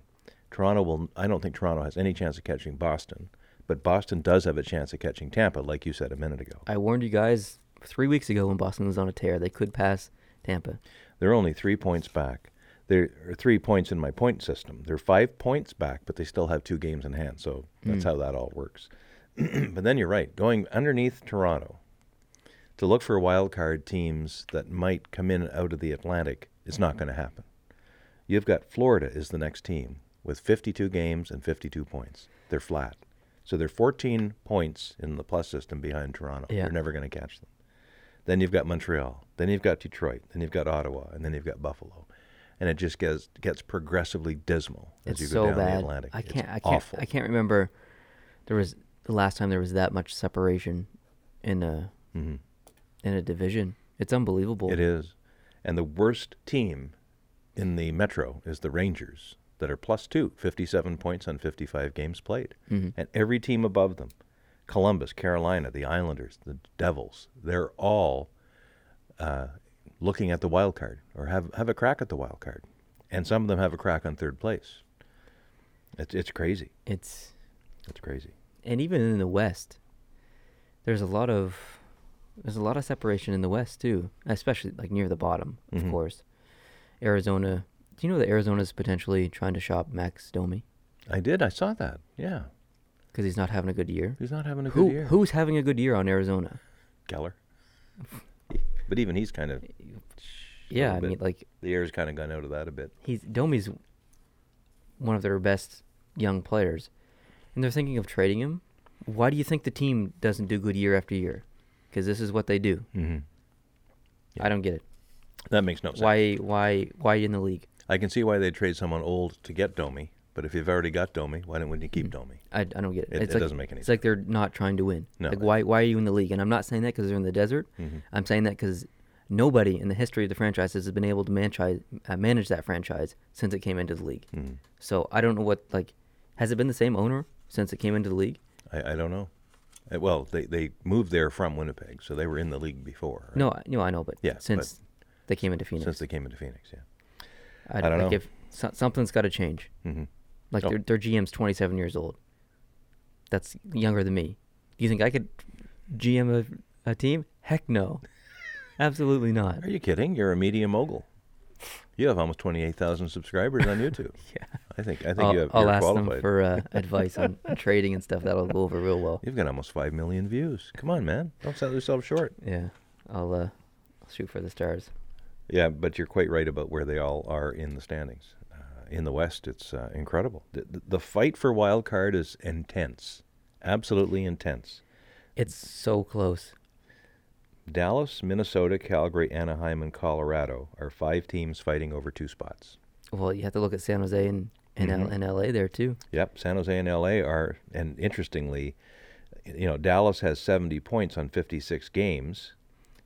Speaker 2: Toronto will I don't think Toronto has any chance of catching Boston, but Boston does have a chance of catching Tampa like you said a minute ago.
Speaker 1: I warned you guys three weeks ago when Boston was on a tear, they could pass Tampa.
Speaker 2: They're only 3 points back. They're or 3 points in my point system. They're 5 points back, but they still have two games in hand. So that's how that all works. but then you're right. Going underneath Toronto to look for wild card teams that might come in out of the Atlantic is not going to happen. You've got Florida is the next team with 52 games and 52 points. They're flat. So they're 14 points in the plus system behind Toronto.
Speaker 1: Yeah.
Speaker 2: You're never going to catch them. Then you've got Montreal. Then you've got Detroit. Then you've got Ottawa. And then you've got Buffalo. And it just gets gets progressively dismal as
Speaker 1: It's
Speaker 2: you go
Speaker 1: so
Speaker 2: down the
Speaker 1: bad.
Speaker 2: Atlantic.
Speaker 1: I
Speaker 2: It's
Speaker 1: can't. I can't.
Speaker 2: awful.
Speaker 1: I can't remember. There was the last time there was that much separation in a in a division. It's unbelievable.
Speaker 2: Mm-hmm. It is. And the worst team in the Metro is the Rangers that are plus two, 57 points on 55 games played. And every team above them Columbus, Carolina, the Islanders, the Devils they're all uh, looking at the wild card or have, have a crack at the wild card. And some of them have a crack on third place. It's, it's crazy.
Speaker 1: It's
Speaker 2: It's crazy.
Speaker 1: and even in the West, there's a lot of there's a lot of separation in the West too, especially like near the bottom, of
Speaker 2: Mm-hmm.
Speaker 1: course. Arizona. Do you know that Arizona's potentially trying to shop Max Domi
Speaker 2: I did. I saw that. Yeah.
Speaker 1: because he's not having a good year?
Speaker 2: He's not having a good
Speaker 1: Who
Speaker 2: year.
Speaker 1: who's having a good year on Arizona?
Speaker 2: Keller. but even he's kind of.
Speaker 1: Yeah, I
Speaker 2: bit.
Speaker 1: mean like
Speaker 2: The air's kind of gone out of that a bit.
Speaker 1: he's Domi's one of their best young players, and they're thinking of trading him. Why do you think the team doesn't do good year after year? Because this is what they do. Mm-hmm. I don't get it.
Speaker 2: That makes no sense.
Speaker 1: Why? Why? Why in the league?
Speaker 2: I can see why they trade someone old to get Domi, but if you've already got Domi, why don't you
Speaker 1: Mm-hmm.
Speaker 2: keep Domi?
Speaker 1: I, I don't get it.
Speaker 2: It-
Speaker 1: it's
Speaker 2: it
Speaker 1: like,
Speaker 2: doesn't make any
Speaker 1: It's like they're not trying to win.
Speaker 2: No. Mm-hmm.
Speaker 1: Like why? Why are you in the league? And I'm not saying that because they're in the desert. I'm saying that because nobody in the history of the franchise has been able to manchise, uh, manage that franchise since it came into the league.
Speaker 2: Mm-hmm.
Speaker 1: So I don't know what like has it been the same owner since it came into the league?
Speaker 2: I, I don't know. Uh, Well, they, they moved there from Winnipeg, so they were in the league before. right?
Speaker 1: No, I- no, I know, but
Speaker 2: Yeah,
Speaker 1: since they came into Phoenix,
Speaker 2: Since they came into Phoenix, yeah.
Speaker 1: I,
Speaker 2: don't
Speaker 1: like
Speaker 2: know.
Speaker 1: If so, something's got to change. Mm-hmm. Like
Speaker 2: Oh.
Speaker 1: their their GM's 27 years old. That's younger than me. Do you think I could GM a, a team? Heck no, absolutely not.
Speaker 2: Are you kidding? You're a media mogul. You have almost 28,000 subscribers on YouTube.
Speaker 1: Yeah.
Speaker 2: I think I think
Speaker 1: I'll,
Speaker 2: you have,
Speaker 1: I'll
Speaker 2: you're
Speaker 1: ask
Speaker 2: qualified.
Speaker 1: them for uh, advice on trading and stuff. That'll go over real well.
Speaker 2: You've got almost 5 million views. Come on, man. Don't sell yourself short.
Speaker 1: Yeah, I'll uh, I'll shoot for the stars.
Speaker 2: Yeah, but you're quite right about where they all are in the standings. Uh, in the West, it's uh, incredible. The, the- the fight for wild card is intense, absolutely intense.
Speaker 1: It's so close.
Speaker 2: Dallas, Minnesota, Calgary, Anaheim, and Colorado are five teams fighting over two spots.
Speaker 1: Well, you have to look at San Jose and and,
Speaker 2: Mm-hmm.
Speaker 1: L- and LA there too.
Speaker 2: Yep, San Jose and LA are, and interestingly, you know, Dallas has 70 points on 56 games.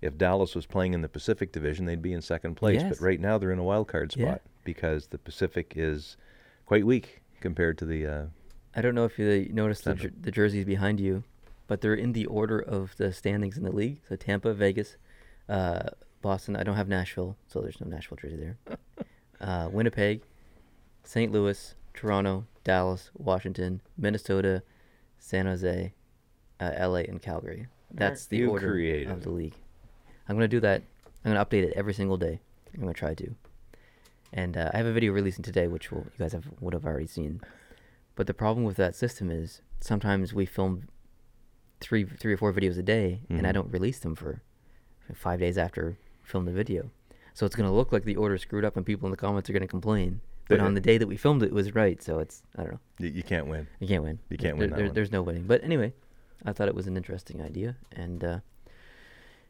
Speaker 2: If Dallas was playing in the Pacific Division, they'd be in second place.
Speaker 1: Yes.
Speaker 2: But right now, they're in a wild card spot
Speaker 1: Yeah.
Speaker 2: because the Pacific is quite weak compared to the. Uh,
Speaker 1: I don't know if you noticed the, jer- the jerseys behind you, but they're in the order of the standings in the league. So Tampa, Vegas, uh, Boston. I don't have Nashville, so there's no Nashville jersey there. Uh, Winnipeg, St. Louis, Toronto, Dallas, Washington, Minnesota, San Jose, uh, LA, and Calgary. That's the
Speaker 2: you
Speaker 1: order
Speaker 2: creative?
Speaker 1: of the league. I'm gonna do that. I'm gonna update it every single day. I'm gonna try to. And uh, I have a video releasing today, which will, you guys have would have already seen. But the problem with that system is sometimes we film three three or four videos a day, and I don't release them for five days after we film the video. So it's going to look like the order screwed up, and people in the comments are going to complain. But
Speaker 2: Yeah.
Speaker 1: on the day that we filmed it, it was right. So it's I don't know.
Speaker 2: you, you can't win.
Speaker 1: You can't win.
Speaker 2: You can't
Speaker 1: There-
Speaker 2: win that
Speaker 1: there-
Speaker 2: one.
Speaker 1: There's no winning. But anyway, I thought it was an interesting idea, and uh,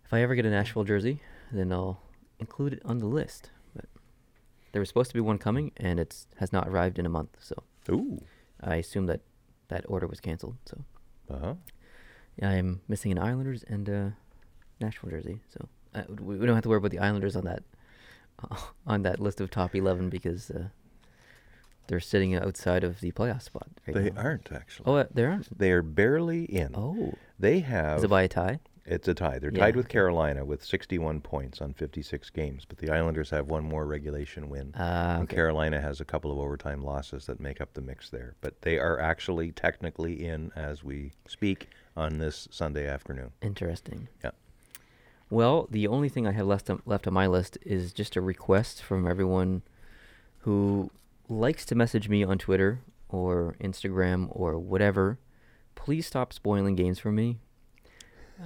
Speaker 1: if I ever get a Nashville jersey, then I'll include it on the list. But there was supposed to be one coming, and it's has not arrived in a month. So
Speaker 2: Ooh.
Speaker 1: I assume that that order was canceled. So
Speaker 2: Uh huh.
Speaker 1: I'm missing an Islanders and a Nashville jersey. So uh, we we don't have to worry about the Islanders on that on that list of top eleven because uh, they're sitting outside of the playoff spot. Right
Speaker 2: They
Speaker 1: now.
Speaker 2: aren't actually.
Speaker 1: Oh, uh, they aren't.
Speaker 2: They are barely in.
Speaker 1: Oh,
Speaker 2: They
Speaker 1: is
Speaker 2: have.
Speaker 1: it by a tie?
Speaker 2: It's a tie. They're
Speaker 1: Yeah,
Speaker 2: tied with
Speaker 1: okay.
Speaker 2: Carolina with 61 points on 56 games, but the Islanders have one more regulation win.
Speaker 1: Ah,
Speaker 2: and
Speaker 1: okay.
Speaker 2: Carolina has a couple of overtime losses that make up the mix there. But they are actually technically in as we speak on this Sunday afternoon.
Speaker 1: Interesting.
Speaker 2: Yeah.
Speaker 1: Well, the only thing I have left on, left on my list is just a request from everyone who likes to message me on Twitter or Instagram or whatever. Please stop spoiling games for me.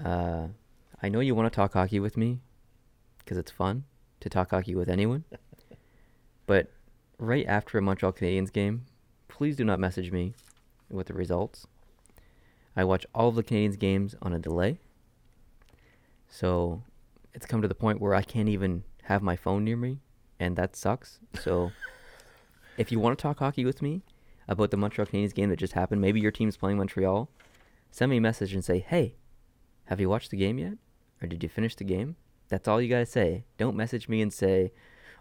Speaker 1: Uh, I know you want to talk hockey with me because it's fun to talk hockey with anyone. but right after a Montreal Canadiens game, please do not message me with the results. I watch all of the Canadiens games on a delay. So it's come to the point where I can't even have my phone near me, and that sucks. So if you want to talk hockey with me about the Montreal Canadiens game that just happened, maybe your team's playing Montreal, send me a message and say, hey, have you watched the game yet? Or did you finish the game? That's all you gotta say. Don't message me and say,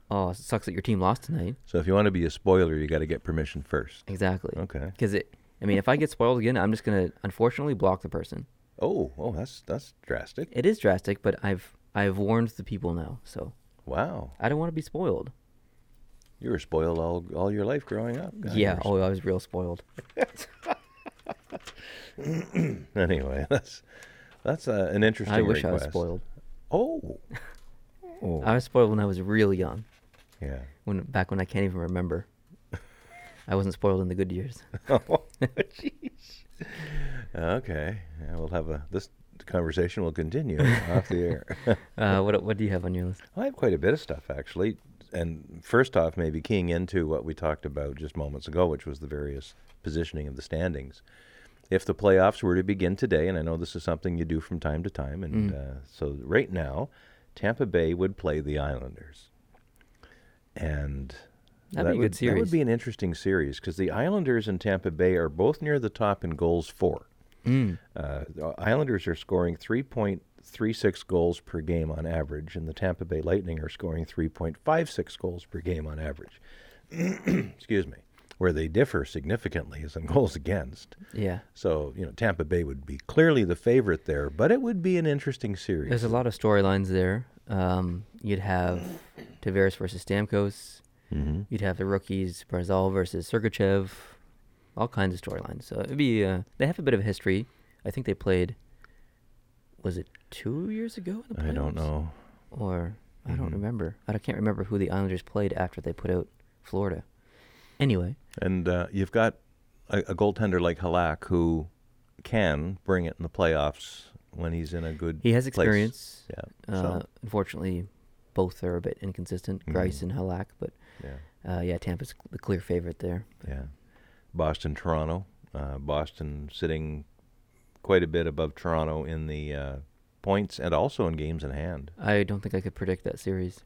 Speaker 1: "Oh, it sucks that your team lost tonight."
Speaker 2: So if you want to be a spoiler, you got to get permission first.
Speaker 1: Exactly.
Speaker 2: Okay.
Speaker 1: Because it, I mean, if I get spoiled again, I'm just gonna unfortunately block the person.
Speaker 2: Oh, oh, that's that's drastic.
Speaker 1: It is drastic, but I've I've warned the people now, so
Speaker 2: Wow,
Speaker 1: I don't want to be spoiled.
Speaker 2: you were spoiled all all your life growing up. God,
Speaker 1: yeah.
Speaker 2: you're
Speaker 1: Oh, I was real spoiled.
Speaker 2: Anyway, that's that's uh, an interesting.
Speaker 1: I wish I was
Speaker 2: request.
Speaker 1: spoiled.
Speaker 2: Oh. oh.
Speaker 1: I was spoiled when I was real young.
Speaker 2: yeah.
Speaker 1: When back when I can't even remember. I wasn't spoiled in the good years.
Speaker 2: Oh, jeez. okay. Yeah, we'll have a this conversation will continue off the air.
Speaker 1: Uh, what what do you have on your list?
Speaker 2: I have quite a bit of stuff actually. And first off, maybe keying into what we talked about just moments ago, which was the various positioning of the standings. If the playoffs were to begin today, and I know this is something you do from time to time,
Speaker 1: Mm.
Speaker 2: and uh, so right now, Tampa Bay would play the Islanders, and
Speaker 1: That'd
Speaker 2: that
Speaker 1: be a good
Speaker 2: would, That
Speaker 1: series.
Speaker 2: would be an interesting series because the Islanders and Tampa Bay are both near the top in goals for. Uh, the Islanders are scoring 3.36 goals per game on average, and the Tampa Bay Lightning are scoring 3.56 goals per game on average. Excuse me. Where they differ significantly is in goals against.
Speaker 1: Yeah.
Speaker 2: So, you know, Tampa Bay would be clearly the favorite there, but it would be an interesting series.
Speaker 1: There's a lot of storylines there. Um, you'd have Tavares versus Stamkos. You'd have the rookies Barzal versus Sergachev. All kinds of storylines. So it'd be uh, they have a bit of history. I think they played. Was it two years ago? In the
Speaker 2: I don't
Speaker 1: playoffs?
Speaker 2: know. Mm-hmm.
Speaker 1: Or I don't remember. I don't- can't remember who the Islanders played after they put out Florida. Anyway,
Speaker 2: And uh, you've got a, a goaltender like Halak who can bring it in the playoffs when he's in a good
Speaker 1: he has
Speaker 2: place.
Speaker 1: experience.
Speaker 2: Yeah.
Speaker 1: Uh,
Speaker 2: so, Mm-hmm.
Speaker 1: unfortunately, both are a bit inconsistent, Grice and Halak. But
Speaker 2: yeah.
Speaker 1: uh, yeah, Tampa's the clear favorite there.
Speaker 2: Yeah. Boston, Toronto. Uh, Boston sitting quite a bit above Toronto in the uh, points and also in games in hand.
Speaker 1: I don't think I could predict that series.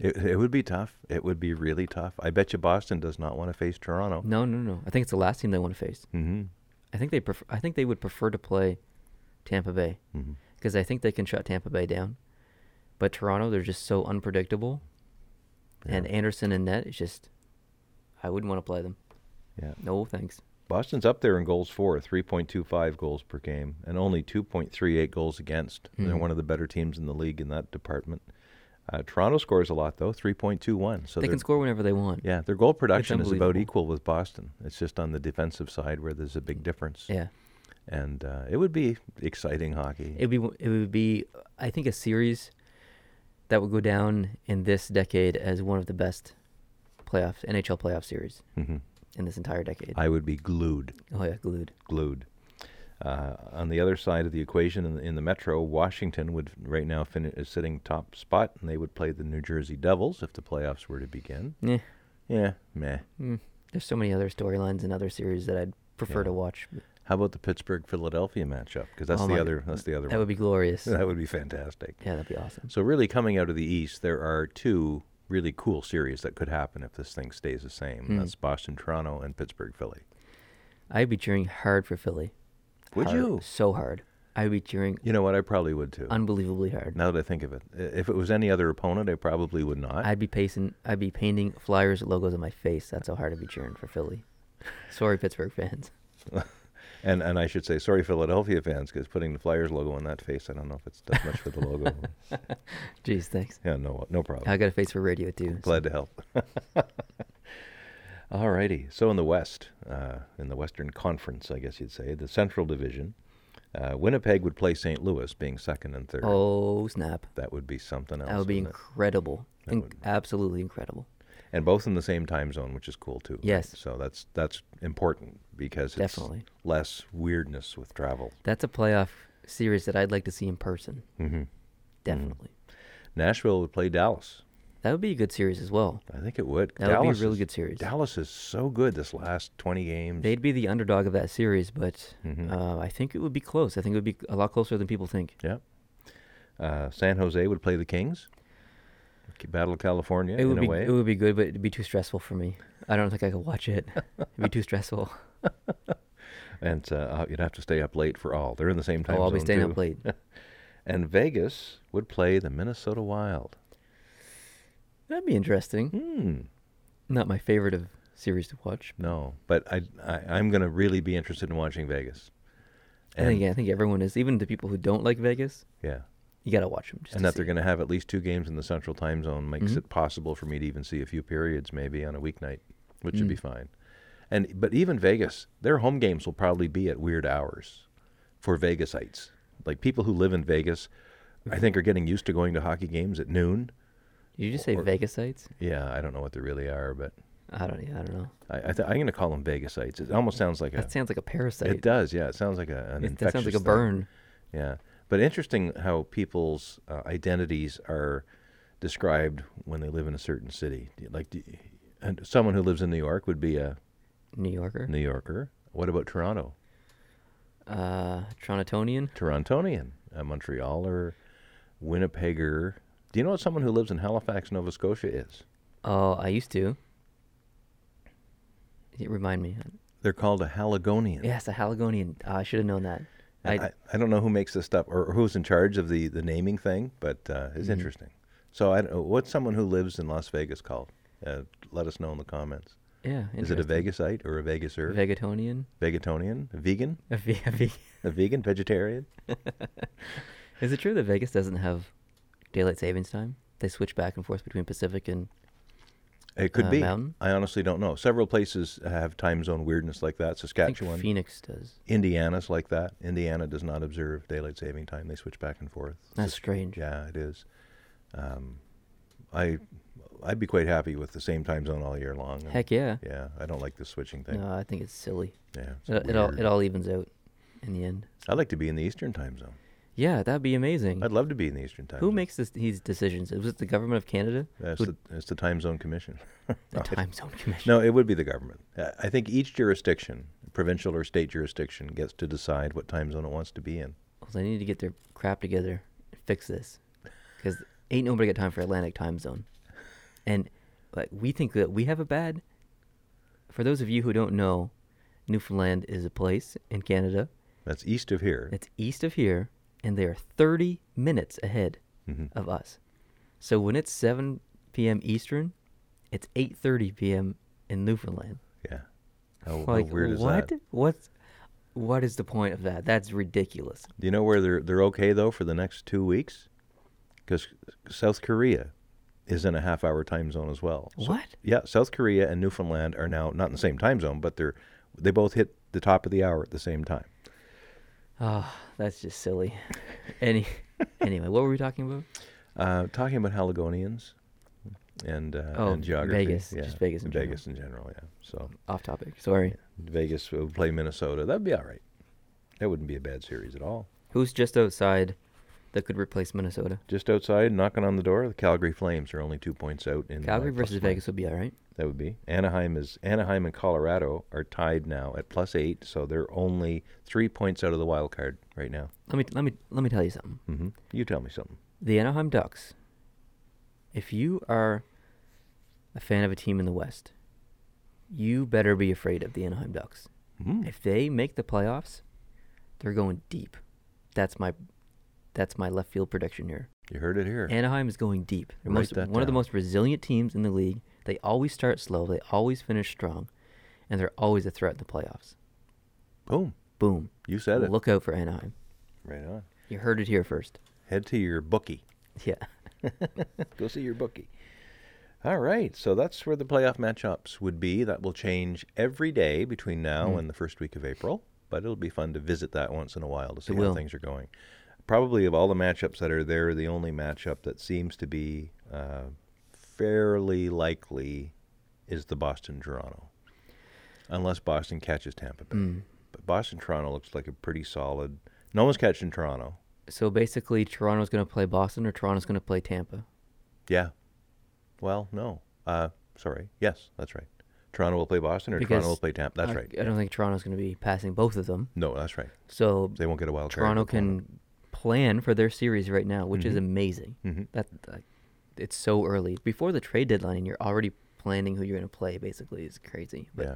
Speaker 2: It, it would be tough. It would be really tough. I bet you Boston does not want to face Toronto.
Speaker 1: No, no, no. I think it's the last team they want to face.
Speaker 2: Mm-hmm.
Speaker 1: I think they prefer, I think they would prefer to play Tampa Bay
Speaker 2: Mm-hmm.
Speaker 1: because I think they can shut Tampa Bay down. But Toronto, they're just so unpredictable. And Anderson and net, it's just I wouldn't want to play them.
Speaker 2: Yeah.
Speaker 1: No, thanks.
Speaker 2: Boston's up there in goals for, 3.25 goals per game, and only 2.38 goals against.
Speaker 1: Mm-hmm.
Speaker 2: They're one of the better teams in the league in that department. Uh, Toronto scores a lot, though, 3.21. So
Speaker 1: they
Speaker 2: they're-
Speaker 1: can score whenever they want.
Speaker 2: Yeah, their goal production is about
Speaker 1: unbelievable.
Speaker 2: equal with Boston. It's just on the defensive side where there's a big difference.
Speaker 1: Mm. Yeah.
Speaker 2: and uh, it would be exciting hockey.
Speaker 1: It would be it would be I think a series that would go down in this decade as one of the best playoff NHL playoff series
Speaker 2: Mhm.
Speaker 1: in this entire decade.
Speaker 2: I would be glued,
Speaker 1: oh yeah, glued.
Speaker 2: glued. Uh, on the other side of the equation, in the, in the Metro, Washington would right now fin- is sitting top spot, and they would play the New Jersey Devils if the playoffs were to begin.
Speaker 1: Yeah.
Speaker 2: Yeah, meh.
Speaker 1: Mm. There's so many other storylines and other series that I'd prefer to watch.
Speaker 2: How about the Pittsburgh Philadelphia matchup? Because that's
Speaker 1: Oh
Speaker 2: the
Speaker 1: my-
Speaker 2: other. That's the other.
Speaker 1: That
Speaker 2: one.
Speaker 1: would be glorious. yeah,
Speaker 2: that would be fantastic.
Speaker 1: that'd be awesome.
Speaker 2: So really, coming out of the East, there are two really cool series that could happen if this thing stays the same.
Speaker 1: Hmm.
Speaker 2: That's Boston, Toronto, and Pittsburgh, Philly.
Speaker 1: I'd be cheering hard for Philly.
Speaker 2: Would
Speaker 1: Hard.
Speaker 2: you?
Speaker 1: So hard. I'd be cheering
Speaker 2: You know what? I probably would too.
Speaker 1: unbelievably hard.
Speaker 2: Now that I think of it, I- if it was any other opponent, I probably would not.
Speaker 1: I'd be pacing. I'd be painting Flyers logos on my face. That's how hard I'd be cheering for Philly. Sorry, Pittsburgh fans.
Speaker 2: and and I should say, sorry, Philadelphia fans, because putting the Flyers logo on that face, I don't know if it's does much for the logo.
Speaker 1: Jeez, thanks.
Speaker 2: yeah, no, no problem.
Speaker 1: I got a face for radio too. so-
Speaker 2: Glad to help. All righty. So in the West, uh, in the Western Conference, I guess you'd say, the Central Division, uh, Winnipeg would play St. Louis, being second and third.
Speaker 1: Oh snap!
Speaker 2: That would be something else.
Speaker 1: That would be
Speaker 2: wouldn't it?
Speaker 1: incredible.
Speaker 2: That
Speaker 1: Inc-
Speaker 2: would-
Speaker 1: Absolutely incredible.
Speaker 2: and both in the same time zone, which is cool too. right?
Speaker 1: Yes.
Speaker 2: So that's that's important because it's
Speaker 1: Definitely.
Speaker 2: less weirdness with travel.
Speaker 1: That's a playoff series that I'd like to see in person.
Speaker 2: Mm-hmm.
Speaker 1: Definitely.
Speaker 2: Nashville would play Dallas.
Speaker 1: That would be a good series as well.
Speaker 2: I think it would.
Speaker 1: That would be a
Speaker 2: Dallas
Speaker 1: really
Speaker 2: is-
Speaker 1: good series.
Speaker 2: Dallas is so good this last 20 games.
Speaker 1: They'd be the underdog of that series, but
Speaker 2: Mm-hmm.
Speaker 1: uh, I think it would be close. I think it would be a lot closer than people think.
Speaker 2: yeah. Uh, San Jose would play the Kings. Battle of California
Speaker 1: It would
Speaker 2: in
Speaker 1: be
Speaker 2: a way.
Speaker 1: it would be good, but it'd be too stressful for me. I don't think I could watch it. It'd be too stressful.
Speaker 2: uh, and uh, you'd have to stay up late for all. They're in the same time
Speaker 1: Oh, I'll be
Speaker 2: zone,
Speaker 1: staying
Speaker 2: too.
Speaker 1: up late.
Speaker 2: and Vegas would play the Minnesota Wild.
Speaker 1: That'd be interesting.
Speaker 2: Hmm.
Speaker 1: Not my favorite of series to watch.
Speaker 2: No, but I, I am gonna really be interested in watching Vegas.
Speaker 1: I think I think everyone is, even the people who don't like Vegas.
Speaker 2: yeah.
Speaker 1: You gotta watch them. Just
Speaker 2: and
Speaker 1: to
Speaker 2: that they're
Speaker 1: see.
Speaker 2: going to have at least two games in the Central Time Zone makes
Speaker 1: Mhm.
Speaker 2: it possible for me to even see a few periods, maybe on a weeknight, which
Speaker 1: Mm.
Speaker 2: would be fine. And but even Vegas, their home games will probably be at weird hours for Vegasites. Like people who live in Vegas, I think are getting used to going to hockey games at noon.
Speaker 1: Did you just say
Speaker 2: or-
Speaker 1: Vegasites?
Speaker 2: Yeah, I don't know what they really are, but
Speaker 1: I don't. Yeah, I don't know.
Speaker 2: I, I th- I'm going to call them Vegasites. It almost sounds like a.
Speaker 1: That sounds like a parasite.
Speaker 2: It does, yeah. It sounds like a, an
Speaker 1: It- that sounds like
Speaker 2: infectious
Speaker 1: a
Speaker 2: thing.
Speaker 1: burn.
Speaker 2: Yeah, but interesting how people's uh, identities are described when they live in a certain city. Do you- Like, do you- and someone who lives in New York would be a
Speaker 1: New Yorker.
Speaker 2: New Yorker. What about Toronto?
Speaker 1: Uh, Tronitonian.
Speaker 2: Torontonian, a Montrealer, Winnipegger. Do you know what someone who lives in Halifax, Nova Scotia, is?
Speaker 1: Oh, I used to. You remind me.
Speaker 2: They're called a Haligonian.
Speaker 1: Yes, a Haligonian. Ah, I should have known that.
Speaker 2: I, I, I don't know who makes this stuff or who's in charge of the, the naming thing, but uh, it's interesting. So, I don't, what's someone who lives in Las Vegas called? Uh, let us know in the comments.
Speaker 1: yeah.
Speaker 2: Is it a
Speaker 1: interesting.
Speaker 2: Vegasite or a Vegaser?
Speaker 1: Vegetonian?
Speaker 2: Vegetonian? A vegan?
Speaker 1: A ve- a ve-
Speaker 2: A vegan? Vegetarian?
Speaker 1: Is it true that Vegas doesn't have daylight savings time? They switch back and forth between Pacific and
Speaker 2: It could
Speaker 1: Uh,
Speaker 2: be.
Speaker 1: mountain?
Speaker 2: I honestly don't know. Several places have time zone weirdness like that.
Speaker 1: I think
Speaker 2: Saskatchewan,
Speaker 1: Phoenix does.
Speaker 2: Indiana's like that. Indiana does not observe daylight saving time. They switch back and forth.
Speaker 1: That's
Speaker 2: Sus-
Speaker 1: strange.
Speaker 2: Yeah, it is. Um, I, I'd be quite happy with the same time zone all year long. and-
Speaker 1: Heck yeah.
Speaker 2: Yeah, I don't like the switching thing.
Speaker 1: No, I think it's silly.
Speaker 2: Yeah, it's
Speaker 1: It, it all
Speaker 2: weird.
Speaker 1: it all evens out in the end.
Speaker 2: I'd like to be in the Eastern time zone.
Speaker 1: Yeah, that'd be amazing.
Speaker 2: I'd love to be in the Eastern time
Speaker 1: Mm. Who
Speaker 2: zone.
Speaker 1: makes this, these decisions? Was it the government of Canada?
Speaker 2: That's
Speaker 1: Would-
Speaker 2: the, that's the time zone commission.
Speaker 1: the time zone commission.
Speaker 2: No, it would be the government. Uh, I think each jurisdiction, provincial or state jurisdiction, gets to decide what time zone it wants to be in.
Speaker 1: Well, they need to get their crap together and fix this, because ain't nobody got time for Atlantic time zone. And like we think that we have it bad. For those of you who don't know, Newfoundland is a place in Canada.
Speaker 2: That's east of here.
Speaker 1: It's east of here, and they are 30 minutes ahead
Speaker 2: Mhm.
Speaker 1: of us. So when it's 7 p.m. Eastern, it's 8:30 p.m. in Newfoundland.
Speaker 2: yeah. How, how
Speaker 1: like
Speaker 2: weird is
Speaker 1: what?
Speaker 2: that?
Speaker 1: What's what is the point of that? That's ridiculous.
Speaker 2: Do you know where they're they're okay though for the next two weeks? Because South Korea is in a half hour time zone as well. So-
Speaker 1: What?
Speaker 2: yeah, South Korea and Newfoundland are now not in the same time zone, but they're they both hit the top of the hour at the same time.
Speaker 1: Ah, that's just silly. Any, anyway, what were we talking about?
Speaker 2: Uh, talking about Haligonians and uh,
Speaker 1: Oh,
Speaker 2: and geography,
Speaker 1: Vegas,
Speaker 2: yeah,
Speaker 1: just Vegas in general.
Speaker 2: Vegas in general, yeah. So
Speaker 1: Off topic. Sorry.
Speaker 2: Vegas would play Minnesota. That'd be all right. That wouldn't be a bad series at all.
Speaker 1: Who's just outside that could replace Minnesota?
Speaker 2: Just outside, knocking on the door, the Calgary Flames are only two points out in uh,
Speaker 1: Calgary
Speaker 2: plus
Speaker 1: versus
Speaker 2: one.
Speaker 1: Vegas would be all right.
Speaker 2: That would be Anaheim is Anaheim and Colorado are tied now at plus eight, so they're only three points out of the wild card right now.
Speaker 1: Let me let me let me tell you something.
Speaker 2: hmm You tell me something.
Speaker 1: The Anaheim Ducks. If you are a fan of a team in the West, you better be afraid of the Anaheim Ducks.
Speaker 2: Mm.
Speaker 1: If they make the playoffs, they're going deep. That's my that's my left field prediction here.
Speaker 2: You heard it here.
Speaker 1: Anaheim is going deep. They're
Speaker 2: Write
Speaker 1: most-
Speaker 2: that
Speaker 1: one of the
Speaker 2: down.
Speaker 1: most resilient teams in the league. They always start slow. They always finish strong, and they're always a threat in the playoffs.
Speaker 2: Boom,
Speaker 1: Boom.
Speaker 2: you said it.
Speaker 1: Look out for Anaheim.
Speaker 2: Right on.
Speaker 1: You heard it here first.
Speaker 2: Head to your bookie.
Speaker 1: Yeah.
Speaker 2: Go see your bookie. All right, so that's where the playoff matchups would be. That will change every day between now and the first week of April, but it'll be fun to visit that once in a while to see how
Speaker 1: will.
Speaker 2: things are going. Probably of all the matchups that are there, the only matchup that seems to be uh, fairly likely is the Boston Toronto, unless Boston catches Tampa
Speaker 1: Hmm.
Speaker 2: Bay.
Speaker 1: Mm.
Speaker 2: But Boston Toronto looks like a pretty solid. No one's catching Toronto.
Speaker 1: So basically, Toronto's going to play Boston, or Toronto's going to play Tampa.
Speaker 2: Yeah. Well, no. Uh, sorry. Yes, that's right. Toronto will play Boston, or
Speaker 1: Because
Speaker 2: Toronto will play Tampa. That's
Speaker 1: I,
Speaker 2: right.
Speaker 1: I don't think Toronto's going to be passing both of them.
Speaker 2: No, that's right.
Speaker 1: So
Speaker 2: They won't get a wild
Speaker 1: Toronto
Speaker 2: card.
Speaker 1: can plan for their series right now, which is amazing.
Speaker 2: Mhm.
Speaker 1: That uh, it's so early before the trade deadline, and you're already planning who you're going to play. Basically, is crazy. But
Speaker 2: Yeah.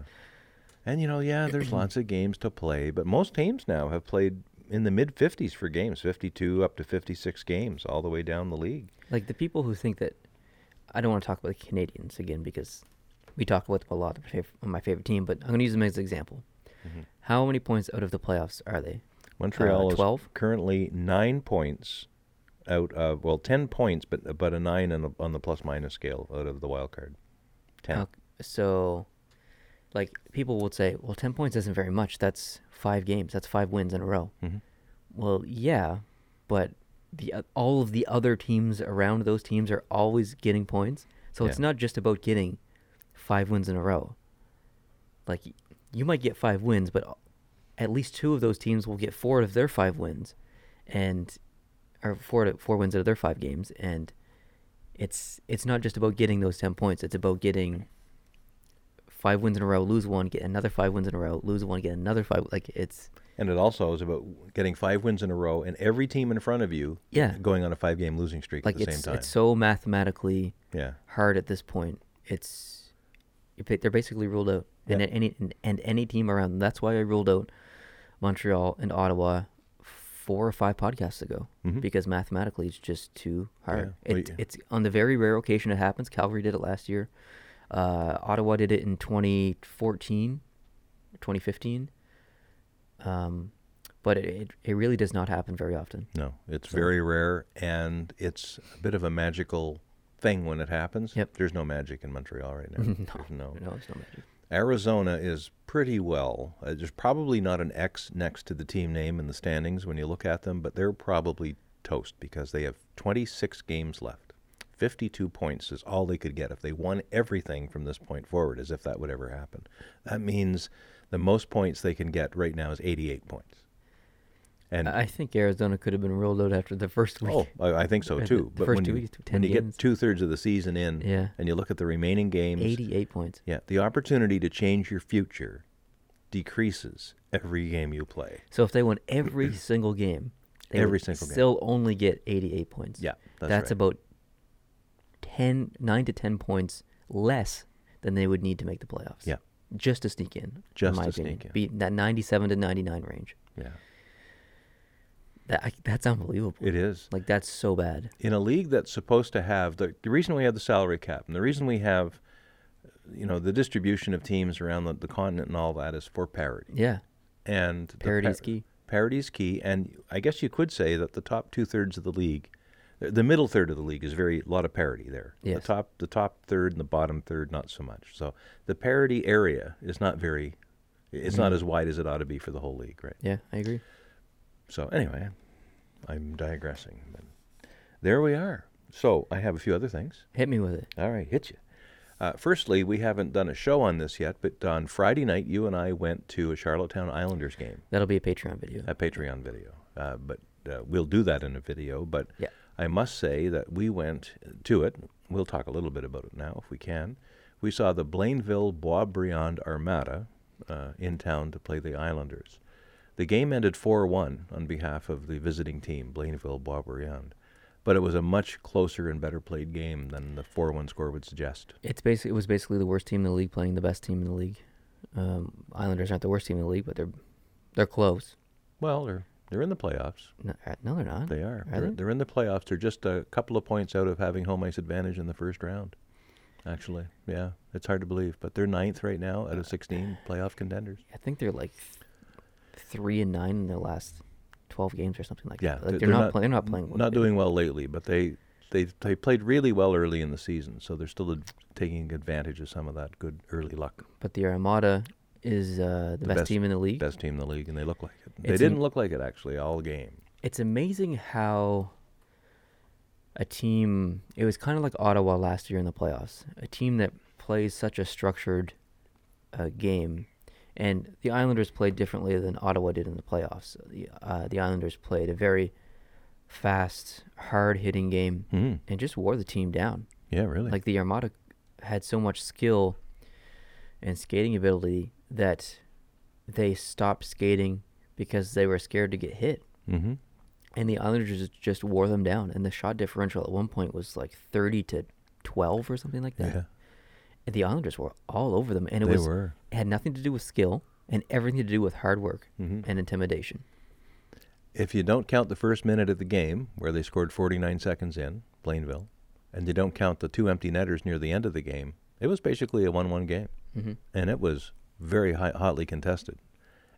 Speaker 2: And you know, yeah, there's lots of games to play, but most teams now have played in the mid 50s for games, 52 up to 56 games, all the way down the league.
Speaker 1: Like the people who think that I don't want to talk about the Canadians again because we talk about them a lot. They're my fav- my favorite team, but I'm going to use them as an example. How many points out of the playoffs are they? Uh,
Speaker 2: Montreal is
Speaker 1: 12?
Speaker 2: currently nine points out of well, ten points, but but a nine on the on the plus minus scale out of the wild card. Ten.
Speaker 1: How- so, like people would say, well, ten points isn't very much. That's five games. That's five wins in a row.
Speaker 2: Mm-hmm.
Speaker 1: Well, yeah, but the o- all of the other teams around those teams are always getting points. So it's
Speaker 2: Yeah.
Speaker 1: not just about getting five wins in a row. Like y- you might get five wins, but al- at least two of those teams will get four out of their five wins, and or four to, four wins out of their five games. And it's it's not just about getting those ten points. It's about getting five wins in a row, lose one, get another five wins in a row, lose one, get another five. Like it's
Speaker 2: And it also is about getting five wins in a row, and every team in front of you,
Speaker 1: Yeah.
Speaker 2: going on a five game losing streak
Speaker 1: like
Speaker 2: at the
Speaker 1: it's
Speaker 2: same time.
Speaker 1: it's so mathematically
Speaker 2: yeah,
Speaker 1: hard at this point. It's you're ba- they're basically ruled out, and
Speaker 2: Yeah.
Speaker 1: then any and, and any team around. them. That's why I ruled out Montreal and Ottawa four or five podcasts ago because mathematically it's just too hard.
Speaker 2: Mm-hmm. Yeah, well,
Speaker 1: It,
Speaker 2: you-
Speaker 1: It's on the very rare occasion it happens. Calgary did it last year. Uh, Ottawa did it in 2014, 2015. Um, but it, it it really does not happen very often.
Speaker 2: no, it's very rare, and it's a bit of a magical thing when it happens.
Speaker 1: Yep.
Speaker 2: There's no magic in Montreal right now. There's no.
Speaker 1: No, it's not magic.
Speaker 2: Arizona is pretty well. Uh, there's probably not an X next to the team name in the standings when you look at them, but they're probably toast because they have 26 games left. 52 points is all they could get if they won everything from this point forward, as if that would ever happen. That means the most points they can get right now is 88 points. And
Speaker 1: I think Arizona could have been ruled out after the first week.
Speaker 2: Oh, I, I think so
Speaker 1: The-
Speaker 2: too.
Speaker 1: the
Speaker 2: But
Speaker 1: first
Speaker 2: when
Speaker 1: two
Speaker 2: you,
Speaker 1: weeks,
Speaker 2: when
Speaker 1: 10
Speaker 2: you
Speaker 1: games.
Speaker 2: get two thirds of the season in,
Speaker 1: Yeah.
Speaker 2: and you look at the remaining games,
Speaker 1: 88 points.
Speaker 2: Yeah, the opportunity to change your future decreases every game you play.
Speaker 1: So if they won every single game, they
Speaker 2: Every
Speaker 1: would
Speaker 2: single game.
Speaker 1: still only get 88 points.
Speaker 2: Yeah, that's right.
Speaker 1: about 10, 9 to 10 points less than they would need to make the playoffs.
Speaker 2: Yeah.
Speaker 1: Just to sneak in,
Speaker 2: Just
Speaker 1: in my
Speaker 2: to
Speaker 1: opinion.
Speaker 2: sneak in.
Speaker 1: Be that 97 to 99 range.
Speaker 2: Yeah,
Speaker 1: That I, That's unbelievable.
Speaker 2: it is.
Speaker 1: Like, that's so bad.
Speaker 2: In a league that's supposed to have the, the reason we have the salary cap and the reason we have, you know, the distribution of teams around the, the continent and all that is for parity.
Speaker 1: Yeah.
Speaker 2: And the
Speaker 1: Parity is key.
Speaker 2: Parity is key, and I guess you could say that the top two thirds of the league, the the middle third of the league is very a lot of parity there.
Speaker 1: Yes.
Speaker 2: The top the top third and the bottom third not so much. So the parity area is not very, it's
Speaker 1: Mm-hmm.
Speaker 2: not as wide as it ought to be for the whole league, right?
Speaker 1: Yeah, I agree.
Speaker 2: So anyway, I'm digressing. But there we are. So I have a few other things.
Speaker 1: Hit me with it.
Speaker 2: All right, hit you. Uh, firstly, we haven't done a show on this yet, but on Friday night, you and I went to a Charlottetown Islanders game
Speaker 1: That'll be a Patreon video.
Speaker 2: a Patreon video. Uh, but uh, we'll do that in a video. But
Speaker 1: Yeah.
Speaker 2: I must say that we went to it. We'll talk a little bit about it now if we can. We saw the Blaineville Boisbriand Armada uh, in town to play the Islanders. The game ended 4 1 on behalf of the visiting team, Blaineville Boisbriand. But it was a much closer and better played game than the 4 1 score would suggest.
Speaker 1: It's basically it was basically the worst team in the league playing the best team in the league. Um, Islanders aren't the worst team in the league, but they're they're close.
Speaker 2: Well, they're, they're in the playoffs.
Speaker 1: No, uh, no, they're not.
Speaker 2: They
Speaker 1: Are
Speaker 2: are. they're,
Speaker 1: they?
Speaker 2: they're in the playoffs. They're just a couple of points out of having home ice advantage in the first round. Actually, yeah, it's hard to believe, but they're ninth right now out of sixteen playoff contenders.
Speaker 1: I think they're like th- three and nine in their last twelve games or something like
Speaker 2: Yeah,
Speaker 1: that. Like they're, not, play- they're not playing. well.
Speaker 2: not doing well lately, but they they they played really well early in the season, so they're still ad- taking advantage of some of that good early luck.
Speaker 1: But the Armada is uh, the, best,
Speaker 2: best-
Speaker 1: team in the league.
Speaker 2: Best team in the league, and they look like it. They
Speaker 1: It's in-
Speaker 2: didn't look like it actually all game.
Speaker 1: It's amazing how a team. It was kind of like Ottawa last year in the playoffs. A team that plays such a structured uh, game, and the Islanders played differently than Ottawa did in the playoffs. The uh, the Islanders played a very fast, hard hitting game
Speaker 2: Mhm.
Speaker 1: and just wore the team down.
Speaker 2: Yeah, really.
Speaker 1: Hmm. Like the Armada had so much skill and skating ability that they stopped skating because they were scared to get hit.
Speaker 2: mm-hmm.
Speaker 1: And the Islanders just- just wore them down. And the shot differential at one point was like 30 to 12 or something like that.
Speaker 2: Yeah.
Speaker 1: And the Islanders were all over them. And it
Speaker 2: They
Speaker 1: was,
Speaker 2: were.
Speaker 1: it had nothing to do with skill and everything to do with hard work
Speaker 2: Mhm.
Speaker 1: and intimidation.
Speaker 2: If you don't count the first minute of the game, where they scored 49 seconds in, Plainville, and you don't count the two empty netters near the end of the game, it was basically a 1 1 game.
Speaker 1: Mm-hmm.
Speaker 2: And it was very hot, hotly contested.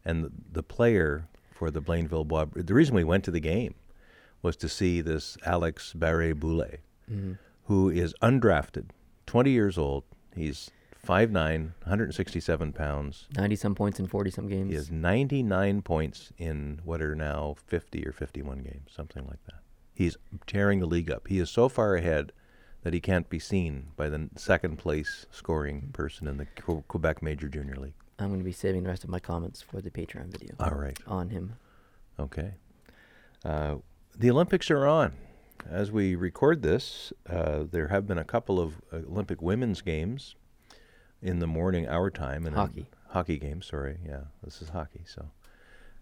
Speaker 2: And the, the player for the Plainville Bois, the reason we went to the game was to see this Alex Barre Boulay,
Speaker 1: Mm-hmm.
Speaker 2: who is undrafted, 20 years old. He's 5'9, 167 pounds.
Speaker 1: 90 some points in 40 some games.
Speaker 2: He has 99 points in what are now 50 or 51 games, something like that. He's tearing the league up. He is so far ahead that he can't be seen by the n- second place scoring person in the Que- Quebec Major Junior League.
Speaker 1: I'm going to be saving the rest of my comments for the Patreon video
Speaker 2: All right.
Speaker 1: on him.
Speaker 2: Okay. Uh, the Olympics are on. As we record this, uh, there have been a couple of Olympic women's games in the morning, our time. And in-
Speaker 1: Hockey.
Speaker 2: hockey games, sorry. Yeah, this is hockey. So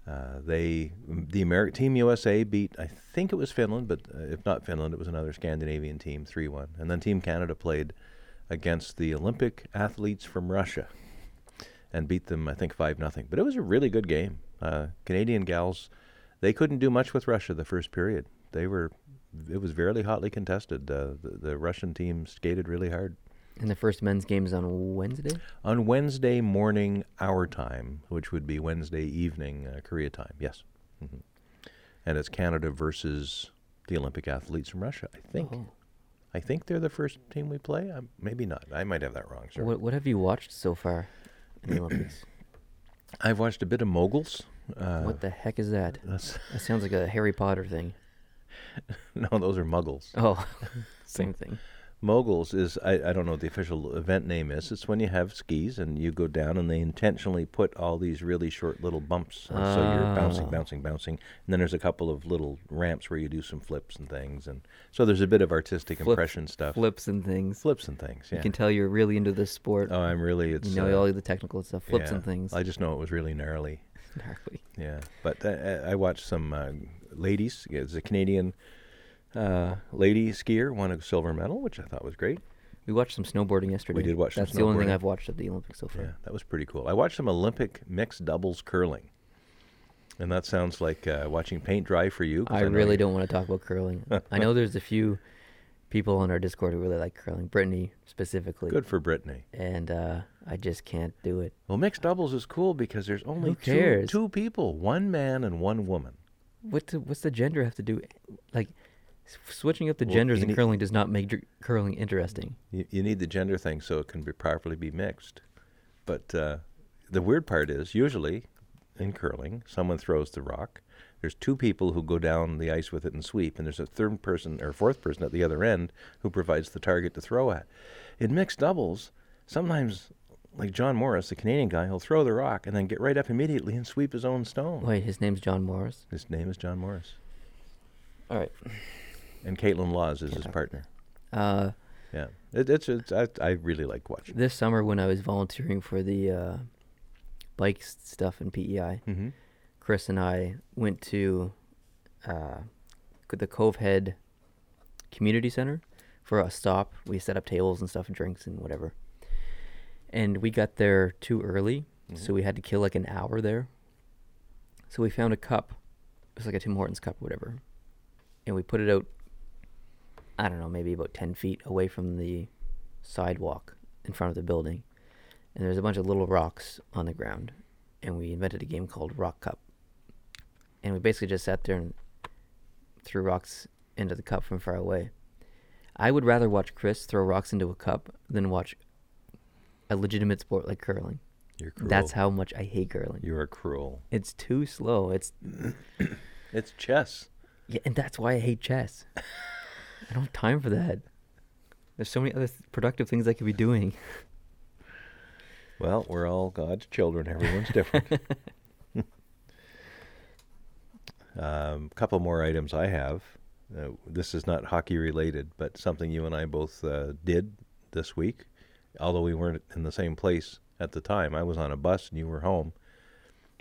Speaker 2: uh, they, the Ameri- Team USA beat, I think it was Finland, but uh, if not Finland, it was another Scandinavian team, 3 1. And then Team Canada played against the Olympic athletes from Russia and beat them, I think, 5 nothing. But it was a really good game. Uh, Canadian gals, they couldn't do much with Russia the first period. They were, it was very hotly contested. Uh, the, the Russian team skated really hard.
Speaker 1: And the first men's game is on Wednesday.
Speaker 2: On Wednesday morning, our time, which would be Wednesday evening, uh, Korea time, yes. hmm And it's Canada versus the Olympic athletes from Russia, I think.
Speaker 1: Oh.
Speaker 2: I think they're the first team we play. Um, maybe not. I might have that wrong, sir.
Speaker 1: What, what have you watched so far in the Olympics?
Speaker 2: I've watched a bit of Moguls. Uh,
Speaker 1: what the heck is that?
Speaker 2: that's-
Speaker 1: That sounds like a Harry Potter thing.
Speaker 2: no, those are Muggles.
Speaker 1: Oh, same thing.
Speaker 2: Moguls is, I, I don't know what the official event name is. It's when you have skis and you go down and they intentionally put all these really short little bumps. And So you're bouncing,
Speaker 1: Ah.
Speaker 2: bouncing, bouncing. And then there's a couple of little ramps where you do some flips and things. And so there's a bit of artistic
Speaker 1: Flip-
Speaker 2: impression stuff.
Speaker 1: Flips and things.
Speaker 2: Flips and things, yeah.
Speaker 1: You can tell you're really into this sport.
Speaker 2: oh, I'm really, it's.
Speaker 1: you know
Speaker 2: uh,
Speaker 1: all the technical stuff, flips
Speaker 2: yeah.
Speaker 1: and things.
Speaker 2: I just know it was really gnarly.
Speaker 1: Gnarly.
Speaker 2: Yeah, but uh, uh, I watched some uh, ladies. There's a Canadian uh, lady skier won a silver medal, which I thought was great.
Speaker 1: We watched some snowboarding yesterday.
Speaker 2: did watch some
Speaker 1: That's the only thing
Speaker 2: snowboarding.
Speaker 1: I've watched at the Olympics so far.
Speaker 2: Yeah, that was pretty cool. I watched some Olympic mixed doubles curling, and that sounds like uh, watching paint dry for you. 'cause
Speaker 1: I
Speaker 2: know
Speaker 1: really
Speaker 2: you-
Speaker 1: don't want to talk about curling. I know there's a few people on our Discord who really like curling, Brittany specifically.
Speaker 2: Good for Brittany.
Speaker 1: And uh, I just can't do it.
Speaker 2: Well, mixed doubles is cool because there's only two,
Speaker 1: cares?
Speaker 2: two people, one man and one woman.
Speaker 1: What the, what's the gender have to do? Like s- switching up the
Speaker 2: Well,
Speaker 1: genders in
Speaker 2: any-
Speaker 1: curling does not make dr- curling interesting.
Speaker 2: You, you need the gender thing so it can be properly be mixed. But uh, the weird part is usually in curling, someone throws the rock. There's two people who go down the ice with it and sweep, and there's a third person or fourth person at the other end who provides the target to throw at. In mixed doubles, sometimes, like John Morris, the Canadian guy, he'll throw the rock and then get right up immediately and sweep his own stone.
Speaker 1: Wait, his name's John Morris.
Speaker 2: His name is John Morris,
Speaker 1: All right.
Speaker 2: and Caitlin Laws is his partner.
Speaker 1: Uh,
Speaker 2: Yeah, it, it's, it's I, I really like watching.
Speaker 1: this summer when I was volunteering for the uh, bike s- stuff in E PEI,
Speaker 2: Mm-hmm.
Speaker 1: Chris and I went to uh, c- the Cove Head Community Center for a stop. We set up tables and stuff, and drinks and whatever. And we got there too early, so we had to kill like an hour there. So we found a cup. It was like a Tim Hortons cup, or whatever. And we put it out. I don't know, maybe about ten feet away from the sidewalk in front of the building. And there's a bunch of little rocks on the ground. And we invented a game called Rock Cup and we basically just sat there and threw rocks into the cup from far away. I would rather watch Chris throw rocks into a cup than watch a legitimate sport like curling.
Speaker 2: You're cruel.
Speaker 1: That's how much I hate curling.
Speaker 2: you are cruel.
Speaker 1: It's too slow. It's
Speaker 2: It's chess.
Speaker 1: yeah, and that's why I hate chess. I don't have time for that. There's so many other th- productive things I could be doing.
Speaker 2: Well, we're all God's children. Everyone's different. um, couple more items I have. Uh, this is not hockey related, but something you and I both uh, did this week. Although we weren't in the same place at the time, I was on a bus and you were home.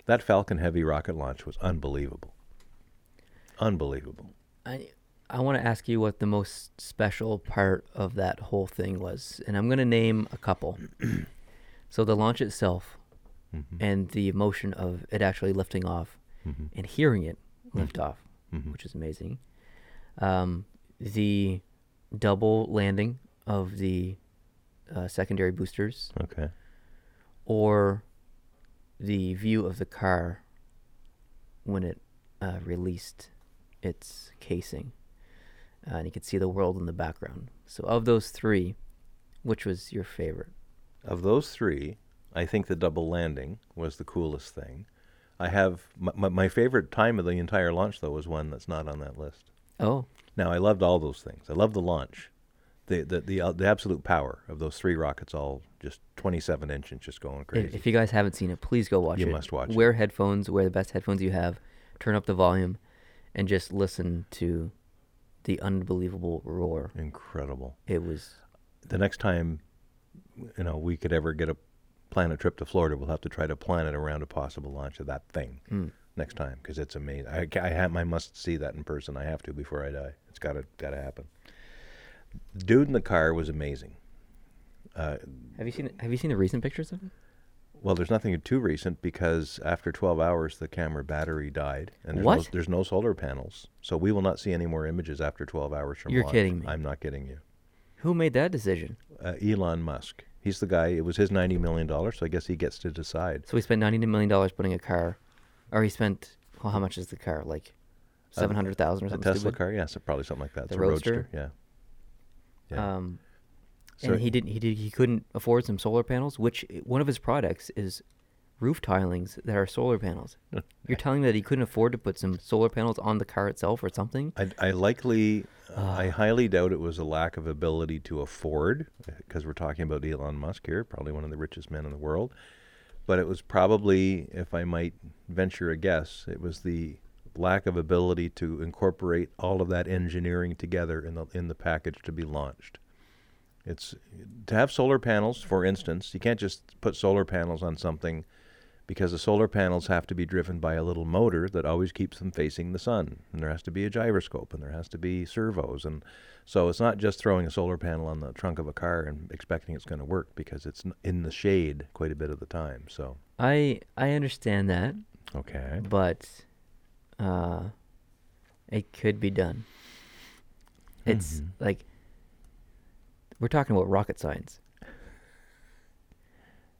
Speaker 2: That Falcon Heavy rocket launch was unbelievable. Unbelievable.
Speaker 1: I I want to ask you what the most special part of that whole thing was, and I'm gonna name a couple. so the launch
Speaker 2: Mm-hmm.
Speaker 1: itself, and the emotion of it actually lifting off, and hearing it liftoff, which is amazing. Um, the double landing of the uh, secondary boosters,
Speaker 2: Okay.
Speaker 1: or the view of the car when it uh, released its casing, uh, and you could see the world in the background. So, of those three, which was your favorite?
Speaker 2: Of those three, I think the double landing was the coolest thing. I have my, my- my favorite time of the entire launch though was one that's not on that list.
Speaker 1: Oh,
Speaker 2: Now I loved all those things. I loved the launch, the the the, uh, the absolute power of those three rockets, all just 27 inches, just going
Speaker 1: If-
Speaker 2: crazy.
Speaker 1: If you guys haven't seen it, please go watch
Speaker 2: You
Speaker 1: it.
Speaker 2: must watch it.
Speaker 1: Wear headphones, wear the best headphones you have, turn up the volume, and just listen to the unbelievable roar.
Speaker 2: Incredible.
Speaker 1: It was
Speaker 2: The next time, you know, we could ever get a plan a trip to Florida, we'll have to try to plan it around a possible launch of that thing
Speaker 1: Hmm.
Speaker 2: next time because it's amazing. I ca- I, ha- I must see that in person. I have to before I die. It's gotta gotta happen. Dude in the car was amazing.
Speaker 1: have you seen have you seen the recent pictures of it?
Speaker 2: Well, there's nothing too recent because after 12 hours, the camera battery died, and there's, No,
Speaker 1: What?
Speaker 2: there's no solar panels, so we will not see any more images after 12 hours from.
Speaker 1: You're
Speaker 2: launch.
Speaker 1: kidding me.
Speaker 2: I'm not kidding you.
Speaker 1: Who made that decision?
Speaker 2: Uh, Elon Musk. He's the guy. It was his 90 million dollars, so I guess he gets to decide.
Speaker 1: So he spent ninety million dollars putting a car or he spent well, how much is the car? Like seven hundred thousand or
Speaker 2: A
Speaker 1: something.
Speaker 2: Tesla
Speaker 1: stupid?
Speaker 2: car, yeah, so probably something like that. It's
Speaker 1: The
Speaker 2: a roadster,
Speaker 1: Roadster?
Speaker 2: yeah. yeah.
Speaker 1: Um
Speaker 2: So-
Speaker 1: and he didn't he did he couldn't afford some solar panels, which i- one of his products is roof tilings that are solar panels. You're telling me that he couldn't afford to put some solar panels on the car itself or something?
Speaker 2: I, I likely, I highly doubt it was a lack of ability to afford, because we're talking about Elon Musk here, probably one of the richest men in the world. But it was probably, if I might venture a guess, it was the lack of ability to incorporate all of that engineering together in the in the package to be launched. It's to have solar panels, for instance, you can't just put solar panels on something because the solar panels have to be driven by a little motor that always keeps them facing the sun. And there has to be a gyroscope and there has to be servos. And so it's not just throwing a solar panel on the trunk of a car and expecting it's going to work because it's n- in the shade quite a bit of the time. So,
Speaker 1: I I understand that,
Speaker 2: okay.
Speaker 1: but uh, it could be done. It's
Speaker 2: Mm-hmm.
Speaker 1: like we're talking about rocket science.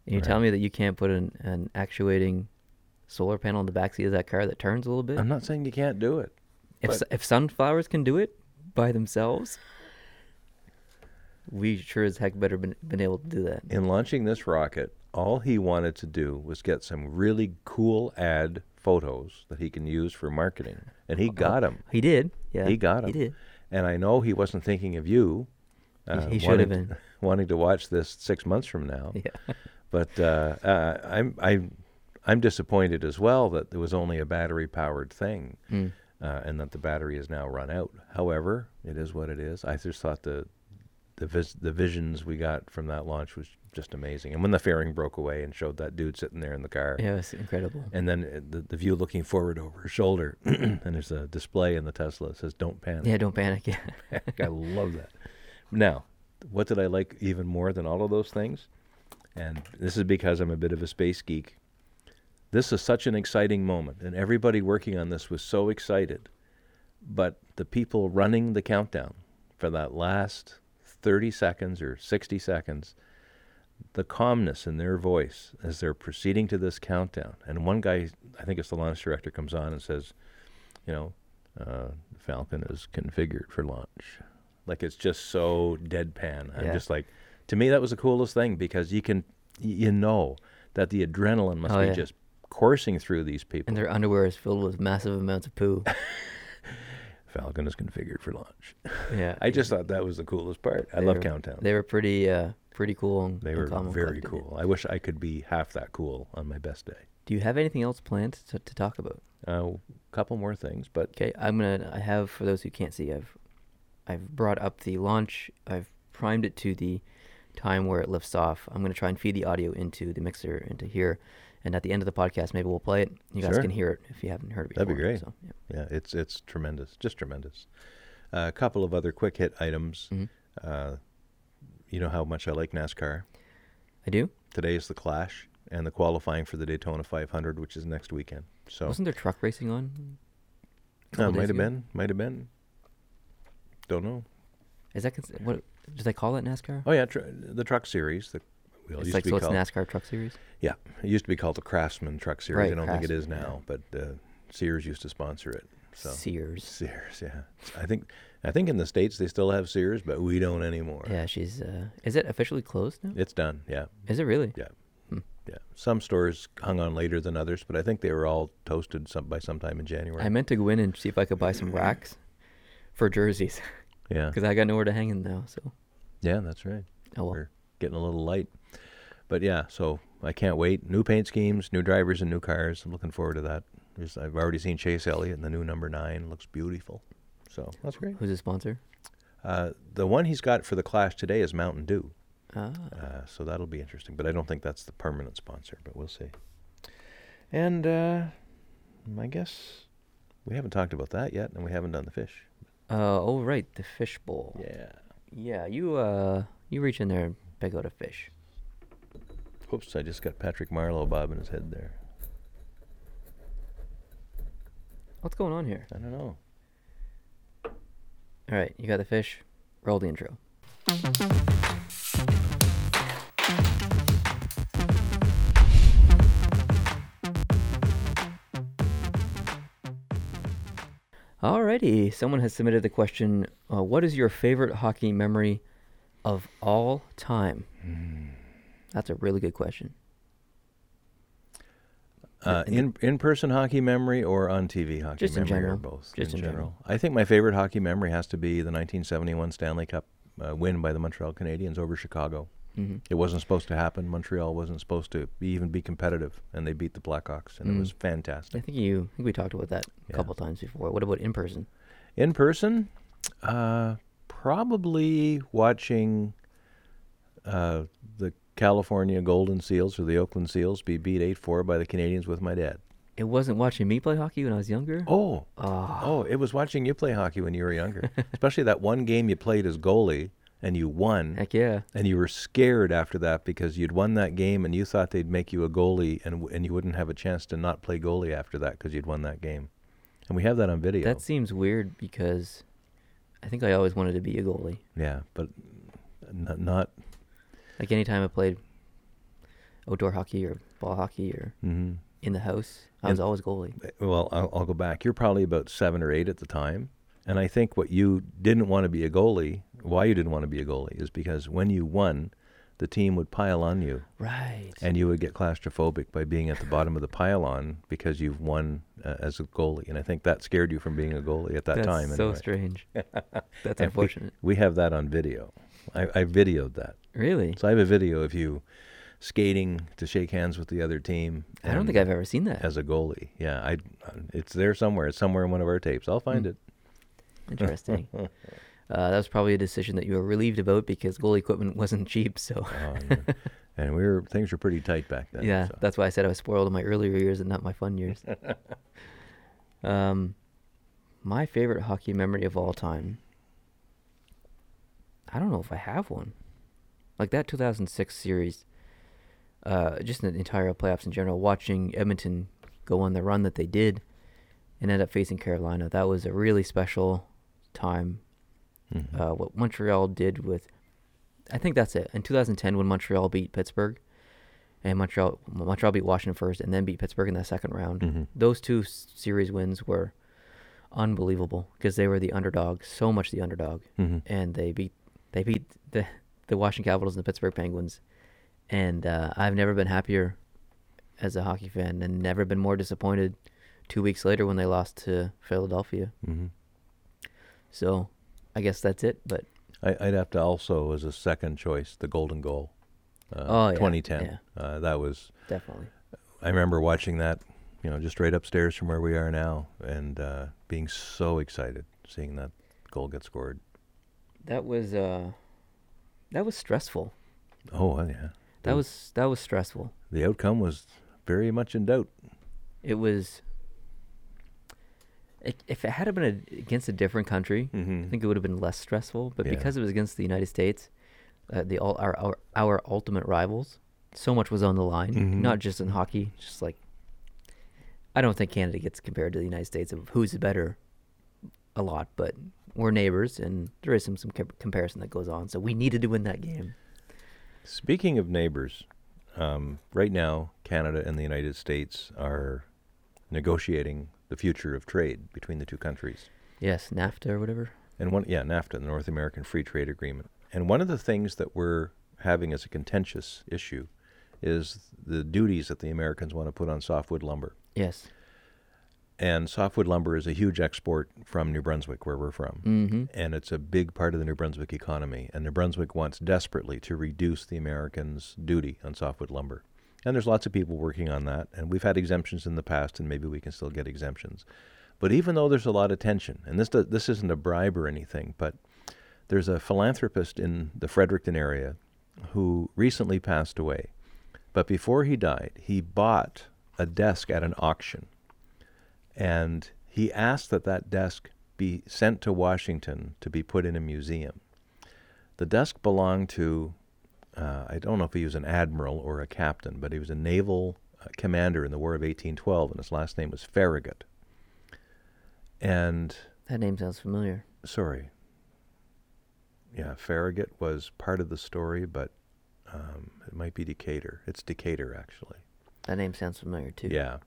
Speaker 1: And you
Speaker 2: Right.
Speaker 1: tell me that you can't put an, an actuating solar panel in the backseat of that car that turns a little bit.
Speaker 2: I'm not saying you can't do it.
Speaker 1: if
Speaker 2: but-
Speaker 1: s- if sunflowers can do it by themselves, we sure as heck better been been able to do that.
Speaker 2: In launching this rocket, all he wanted to do was get some really cool ad photos that he can use for marketing. And he got them.
Speaker 1: He did. Yeah.
Speaker 2: He got him.
Speaker 1: He did.
Speaker 2: And I know he wasn't thinking of you. uh,
Speaker 1: he should have
Speaker 2: wanting-
Speaker 1: been.
Speaker 2: wanting to watch this six months from now.
Speaker 1: Yeah.
Speaker 2: But uh, uh, I'm I'm I'm disappointed as well that there was only a battery powered thing, uh, and that the battery is now run out. However, it is what it is. I just thought the the vis- the visions we got from that launch was just amazing. And when the fairing broke away and showed that dude sitting there in the car,
Speaker 1: Yeah, it was incredible.
Speaker 2: and then uh, the, the view looking forward over his shoulder, and there's a display in the Tesla that says "Don't panic."
Speaker 1: Yeah, don't panic. Yeah.
Speaker 2: I love that. Now, what did I like even more than all of those things? And this is because I'm a bit of a space geek. This is such an exciting moment, and everybody working on this was so excited. But the people running the countdown for that last 30 seconds or 60 seconds, the calmness in their voice as they're proceeding to this countdown. And one guy, I think it's the launch director, comes on and says, you know, uh, Falcon is configured for launch. Like it's just so deadpan. I'm
Speaker 1: Yeah.
Speaker 2: just like, to me, that was the coolest thing because you can, y- you know, that the adrenaline must
Speaker 1: Oh,
Speaker 2: be
Speaker 1: yeah.
Speaker 2: just coursing through these people.
Speaker 1: And their underwear is filled with massive amounts of poo.
Speaker 2: Falcon is configured for launch.
Speaker 1: yeah.
Speaker 2: I just thought that was the coolest part. I
Speaker 1: they
Speaker 2: love
Speaker 1: were-
Speaker 2: countdown.
Speaker 1: They were pretty uh pretty cool and
Speaker 2: They
Speaker 1: and
Speaker 2: were
Speaker 1: calm and
Speaker 2: very
Speaker 1: collected.
Speaker 2: cool. I wish I could be half that cool on my best day.
Speaker 1: Do you have anything else planned to, to talk about?
Speaker 2: A couple more things, but
Speaker 1: Okay, I'm gonna I have for those who can't see, I've I've brought up the launch, I've primed it to the time where it lifts off. I'm gonna try and feed the audio into the mixer into here. And at the end of the podcast maybe we'll play it. You guys
Speaker 2: Sure.
Speaker 1: can hear it if you haven't heard it before.
Speaker 2: That'd be great.
Speaker 1: So, yeah.
Speaker 2: yeah, it's it's tremendous, just tremendous. Uh, a couple of other quick hit items.
Speaker 1: Mm. Mm-hmm.
Speaker 2: Uh, you know how much I like NASCAR.
Speaker 1: I do?
Speaker 2: Today is the Clash and the qualifying for the Daytona 500, which is next weekend. So
Speaker 1: Wasn't there truck racing on? couple
Speaker 2: Uh, might
Speaker 1: days
Speaker 2: have
Speaker 1: ago?
Speaker 2: been. Might have been. Don't know.
Speaker 1: Is that cons- what? Do they call that NASCAR?
Speaker 2: Oh yeah, tr- the truck series. The well,
Speaker 1: it's
Speaker 2: it used
Speaker 1: like
Speaker 2: to be
Speaker 1: so. It's
Speaker 2: called,
Speaker 1: NASCAR Truck Series.
Speaker 2: Yeah, it used to be called the Craftsman Truck Series. I
Speaker 1: Right,
Speaker 2: don't think it is
Speaker 1: Craftsman,
Speaker 2: now, but uh, Sears used to sponsor it. So
Speaker 1: Sears.
Speaker 2: Sears, yeah. I think I think in the states they still have Sears, but we don't anymore.
Speaker 1: Yeah, she's. Uh, is it officially closed now?
Speaker 2: It's done. Yeah,
Speaker 1: Is it really?
Speaker 2: yeah,
Speaker 1: Hmm.
Speaker 2: yeah. Some stores hung on later than others, but I think they were all toasted some, by sometime in January.
Speaker 1: I meant to go in and see if I could buy
Speaker 2: Mm-hmm.
Speaker 1: some racks for jerseys
Speaker 2: yeah,
Speaker 1: because I got nowhere to hang them now. So,
Speaker 2: yeah, that's right.
Speaker 1: oh well.
Speaker 2: We're getting a little light, but yeah. So I can't wait. New paint schemes, new drivers, and new cars. I'm looking forward to that. There's, I've already seen Chase Elliott in the new number nine. Looks beautiful. So that's great.
Speaker 1: Who's the sponsor?
Speaker 2: Uh, the one he's got for the Clash today is Mountain Dew.
Speaker 1: Ah,
Speaker 2: Uh, so that'll be interesting. But I don't think that's the permanent sponsor, but we'll see. And uh, I guess we haven't talked about that yet, and we haven't done the fish.
Speaker 1: uh, oh right, the fish bowl.
Speaker 2: Yeah.
Speaker 1: Yeah, you uh, you reach in there and pick out a fish.
Speaker 2: Oops, I just got Patrick Marlowe bobbing his head there.
Speaker 1: What's going on here?
Speaker 2: I don't know.
Speaker 1: All right, you got the fish. Roll the intro. Alrighty, someone has submitted the question uh, What is your favorite hockey memory of all time?
Speaker 2: Hmm.
Speaker 1: That's a really good question.
Speaker 2: Uh, in in person hockey memory or on TV hockey
Speaker 1: Just in
Speaker 2: memory or
Speaker 1: general.
Speaker 2: both?
Speaker 1: Just in general.
Speaker 2: I think my favorite hockey memory has to be the 1971 Stanley Cup uh, win by the Montreal Canadiens over Chicago.
Speaker 1: Mm-hmm.
Speaker 2: It wasn't supposed to happen. Montreal wasn't supposed to be, even be competitive, and they beat the Blackhawks, and it was
Speaker 1: I
Speaker 2: fantastic.
Speaker 1: think you, I think we talked about that a
Speaker 2: Yeah.
Speaker 1: couple times before. What about in person?
Speaker 2: In person, uh, probably watching uh, the California Golden Seals or the Oakland Seals be beat eight four by the Canadians with my dad.
Speaker 1: It wasn't watching me play hockey when I was younger. Ah,
Speaker 2: Oh. Oh, it was watching you play hockey when you were younger. Especially that one game you played as goalie and you won.
Speaker 1: Heck yeah.
Speaker 2: And you were scared after that because you'd won that game and you thought they'd make you a goalie and w- and you wouldn't have a chance to not play goalie after that because you'd won that game. And we have that on video.
Speaker 1: That seems weird because I think I always wanted to be a goalie.
Speaker 2: yeah, but n- not
Speaker 1: Like anytime I played outdoor hockey or ball hockey or in the house, I was always goalie.
Speaker 2: mm-hmm. Eh, well, I'll, I'll go back. You're probably about seven or eight at the time. And I think what you didn't want to be a goalie, why you didn't want to be a goalie, is because when you won, the team would pile on you.
Speaker 1: Right.
Speaker 2: And you would get claustrophobic by being at the bottom of the pylon because you've won uh, as a goalie. And I think that scared you from being a goalie at that
Speaker 1: That's
Speaker 2: time.
Speaker 1: so
Speaker 2: anyway.
Speaker 1: strange. That's
Speaker 2: And we-
Speaker 1: unfortunate.
Speaker 2: We, have that on video. I, I videoed that.
Speaker 1: Really?
Speaker 2: So I have a video of you skating to shake hands with the other team.
Speaker 1: I don't
Speaker 2: and-
Speaker 1: think I've ever seen that.
Speaker 2: As a goalie. Yeah. I, it's there somewhere. It's somewhere in one of our tapes. I'll find it.
Speaker 1: Hmm. Interesting. Uh, that was probably a decision that you were relieved about because goalie equipment wasn't cheap. So,
Speaker 2: Oh, and- and we were things were pretty tight back then.
Speaker 1: yeah,
Speaker 2: so.
Speaker 1: that's why I said I was spoiled in my earlier years and not my fun years. um, my favorite hockey memory of all time. I don't know if I have one. Like that 2006 series, uh, just the entire playoffs in general. Watching Edmonton go on the run that they did, and end up facing Carolina. That was a really special time.
Speaker 2: Mm-hmm.
Speaker 1: Uh, what Montreal did with, I think that's it. In 2010, when Montreal beat Pittsburgh, and Montreal Montreal beat Washington first, and then beat Pittsburgh in the second round. Those two s- series wins were unbelievable because they were the underdog, so much the underdog,
Speaker 2: Mm-hmm. Mm.
Speaker 1: and they beat they beat the the Washington Capitals and the Pittsburgh Penguins. And uh, I've never been happier as a hockey fan, and never been more disappointed. Two weeks later, when they lost to Philadelphia, mm-hmm. so I guess that's it. But
Speaker 2: I, I'd have to also, as a second choice, the Golden Goal. Uh,
Speaker 1: Oh, yeah,
Speaker 2: 2010. Uh, that was,
Speaker 1: definitely,
Speaker 2: I remember watching that, you know, just right upstairs from where we are now and uh, being so excited seeing that goal get scored.
Speaker 1: that was uh, that was stressful.
Speaker 2: Oh, well, yeah.
Speaker 1: That was that was stressful.
Speaker 2: The outcome was very much in doubt.
Speaker 1: it was it, if it had been a, against a different country i think it would have been less stressful but
Speaker 2: Yeah.
Speaker 1: because it was against the united states uh, the all our, our our ultimate rivals so much was on the line not just in hockey just like i don't think canada gets compared to the united states of who's better a lot, but we're neighbors, and there is some some com- comparison that goes on. So we needed to win that game.
Speaker 2: Speaking of neighbors, um, right now Canada and the United States are negotiating the future of trade between the two countries.
Speaker 1: Yes, NAFTA or whatever.
Speaker 2: And one, yeah, NAFTA, the North American Free Trade Agreement. And one of the things that we're having as a contentious issue is the duties that the Americans want to put on softwood lumber.
Speaker 1: Yes.
Speaker 2: And softwood lumber is a huge export from New Brunswick, where we're from.
Speaker 1: Mm-hmm.
Speaker 2: And it's a big part of the New Brunswick economy. And New Brunswick wants desperately to reduce the Americans' duty on softwood lumber. And there's lots of people working on that. And we've had exemptions in the past, and maybe we can still get exemptions. But even though there's a lot of tension, and this, do, this isn't a bribe or anything, but there's a philanthropist in the Fredericton area who recently passed away. But before he died, he bought a desk at an auction. And he asked that that desk be sent to Washington to be put in a museum. The desk belonged to, uh, I don't know if he was an admiral or a captain, but he was a naval uh, commander in the War of 1812, and his last name was Farragut. And,
Speaker 1: That name sounds familiar.
Speaker 2: sorry, yeah, Farragut was part of the story, but um, it might be Decatur. It's Decatur, actually.
Speaker 1: That name sounds familiar too.
Speaker 2: Yeah.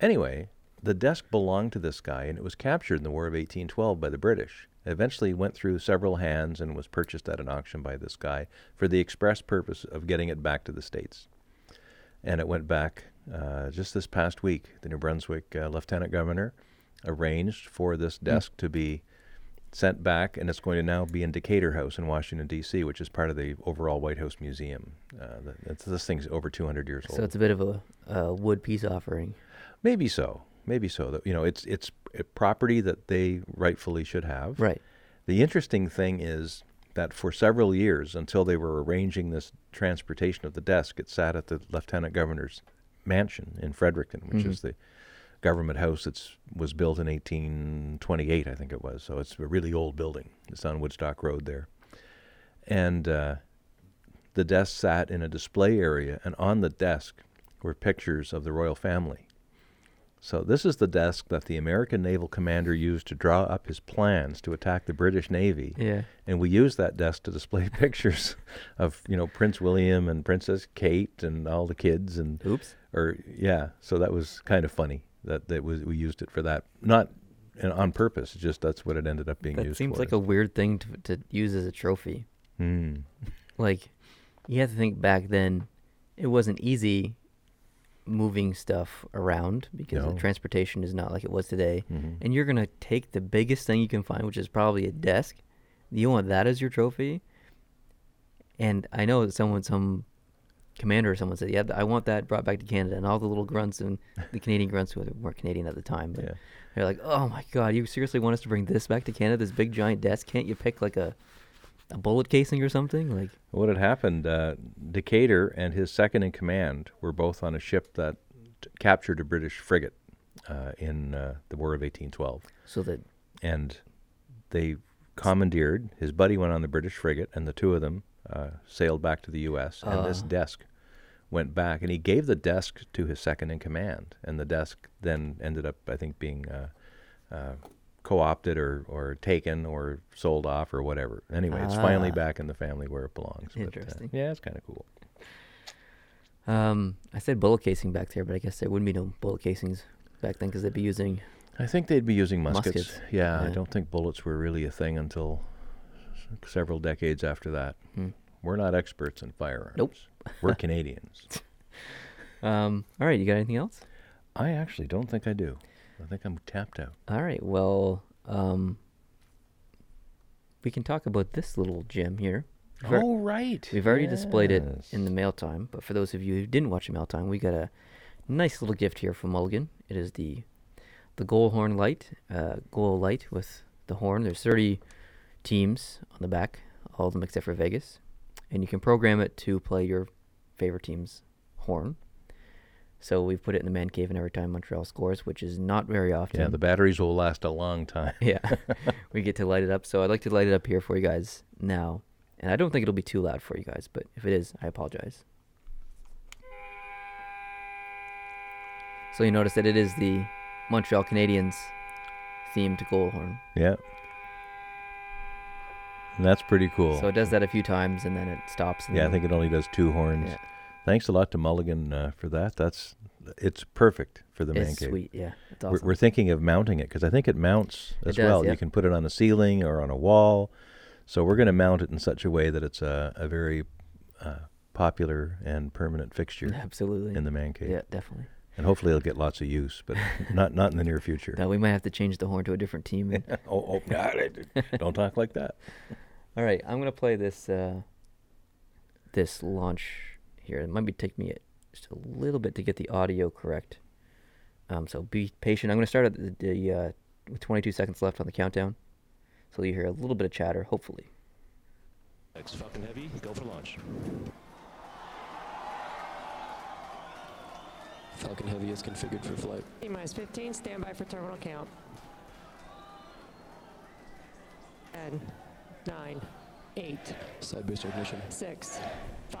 Speaker 2: Anyway, the desk belonged to this guy, and it was captured in the War of 1812 by the British. It eventually went through several hands and was purchased at an auction by this guy for the express purpose of getting it back to the States. And it went back uh, just this past week. The New Brunswick uh, Lieutenant Governor arranged for
Speaker 1: Hmm.
Speaker 2: this desk to be sent back, and it's going to now be in Decatur House in Washington, D.C., which is part of the overall White House Museum. Uh, th- it's- this thing's over 200 years old.
Speaker 1: So it's a bit of a, a wood peace offering.
Speaker 2: Maybe so. Maybe so. That- You know, it's it's a property that they rightfully should have.
Speaker 1: Right.
Speaker 2: The interesting thing is that for several years, until they were arranging this transportation of the desk, it sat at the lieutenant governor's mansion in Fredericton, which is the government house that was built in 1828, I think it was. So it's a really old building. It's on Woodstock Road there, and uh, the desk sat in a display area, and on the desk were pictures of the royal family. So this is the desk that the American naval commander used to draw up his plans to attack the British Navy.
Speaker 1: Yeah.
Speaker 2: And we used that desk to display pictures of, you know, Prince William and Princess Kate and all the kids and
Speaker 1: Oops.
Speaker 2: or yeah, so that was kind of funny that that was we used it for that. Not and on purpose, just that's what it ended up being
Speaker 1: That
Speaker 2: used
Speaker 1: seems
Speaker 2: for.
Speaker 1: like a weird thing to, to use as a trophy.
Speaker 2: Hmm.
Speaker 1: Like, you have to think back then, it wasn't easy moving stuff around because the
Speaker 2: No. Mm-hmm.
Speaker 1: transportation is not like it was today. And you're going to take the biggest thing you can find, which is probably a desk. You want that as your trophy. And I know that someone, some commander or someone said, Yeah, I want that brought back to Canada. And all the little grunts and the Canadian grunts who weren't Canadian at the time, but
Speaker 2: Yeah.
Speaker 1: they're like, Oh my God, you seriously want us to bring this back to Canada, this big giant desk? Can't you pick like a, a bullet casing or something? Like,
Speaker 2: What had happened, uh, Decatur and his second in command were both on a ship that t- captured a British frigate uh, in uh, the War of 1812.
Speaker 1: so that,
Speaker 2: And they commandeered, his buddy went on the British frigate, and the two of them uh, sailed back to the U.S. And this
Speaker 1: Ah.
Speaker 2: desk went back, and he gave the desk to his second in command. And the desk then ended up, I think, being. Uh, uh, co-opted or, or taken or sold off or whatever. Anyway, it's finally
Speaker 1: Ah.
Speaker 2: back in the family where it belongs. But, uh,
Speaker 1: Interesting.
Speaker 2: yeah, it's kind of cool.
Speaker 1: um, I said bullet casing back there, but I guess there wouldn't be no bullet casings back then because they'd be using,
Speaker 2: I think they'd be using muskets.
Speaker 1: Muskets,
Speaker 2: Yeah, I
Speaker 1: yeah.
Speaker 2: don't think bullets were really a thing until s- several decades after that.
Speaker 1: Hmm.
Speaker 2: We're not experts in firearms. we're Canadians.
Speaker 1: um, all right, you got anything else?
Speaker 2: I actually don't think I do. I think I'm tapped out.
Speaker 1: All right. Well, um, we can talk about this little gem here. We've al-
Speaker 2: oh right,
Speaker 1: We've already displayed it in
Speaker 2: Yes.
Speaker 1: the mail time, but for those of you who didn't watch the mail time, we got a nice little gift here from Mulligan. It is the the goal horn light, uh, goal light with the horn. There's 30 teams on the back, all of them except for Vegas, and you can program it to play your favorite team's horn. So we've put it in the man cave, and every time Montreal scores, which is not very often.
Speaker 2: Yeah, the batteries will last a long time.
Speaker 1: Yeah. we get to light it up. So I'd like to light it up here for you guys now. And I don't think it'll be too loud for you guys, but if it is, I apologize. So you notice that it is the Montreal Canadiens themed goal horn.
Speaker 2: yeah, That's pretty cool.
Speaker 1: So it does that a few times and then it stops. And
Speaker 2: yeah, I
Speaker 1: then-
Speaker 2: think it only does two horns.
Speaker 1: Yeah.
Speaker 2: Thanks a lot to Mulligan uh, for that. That's it's perfect for the man
Speaker 1: it's
Speaker 2: cave.
Speaker 1: sweet. Yeah, it's
Speaker 2: We're,
Speaker 1: awesome.
Speaker 2: we're thinking of mounting it because I think it mounts as
Speaker 1: does,
Speaker 2: well.
Speaker 1: yeah.
Speaker 2: You can put it on the ceiling or on a wall. So we're going to mount it in such a way that it's a, a very uh, popular and permanent fixture
Speaker 1: Absolutely.
Speaker 2: in the man cave.
Speaker 1: yeah, definitely.
Speaker 2: And hopefully it'll get lots of use, but not not in the near future.
Speaker 1: Now we might have to change the horn to a different team. and-
Speaker 2: oh, oh God, I- don't talk like that.
Speaker 1: All right, I'm gonna play this uh, this launch here. It might be take me just a little bit to get the audio correct. Um, so be patient. I'm gonna start at the, the uh, with 22 seconds left on the countdown, so you hear a little bit of chatter. Hopefully,
Speaker 3: It's fucking heavy. Go for launch.
Speaker 4: Falcon Heavy is configured for flight.
Speaker 5: T minus 15, standby for terminal count. 10, 9, 8,
Speaker 4: Side booster ignition.
Speaker 5: 6, 5,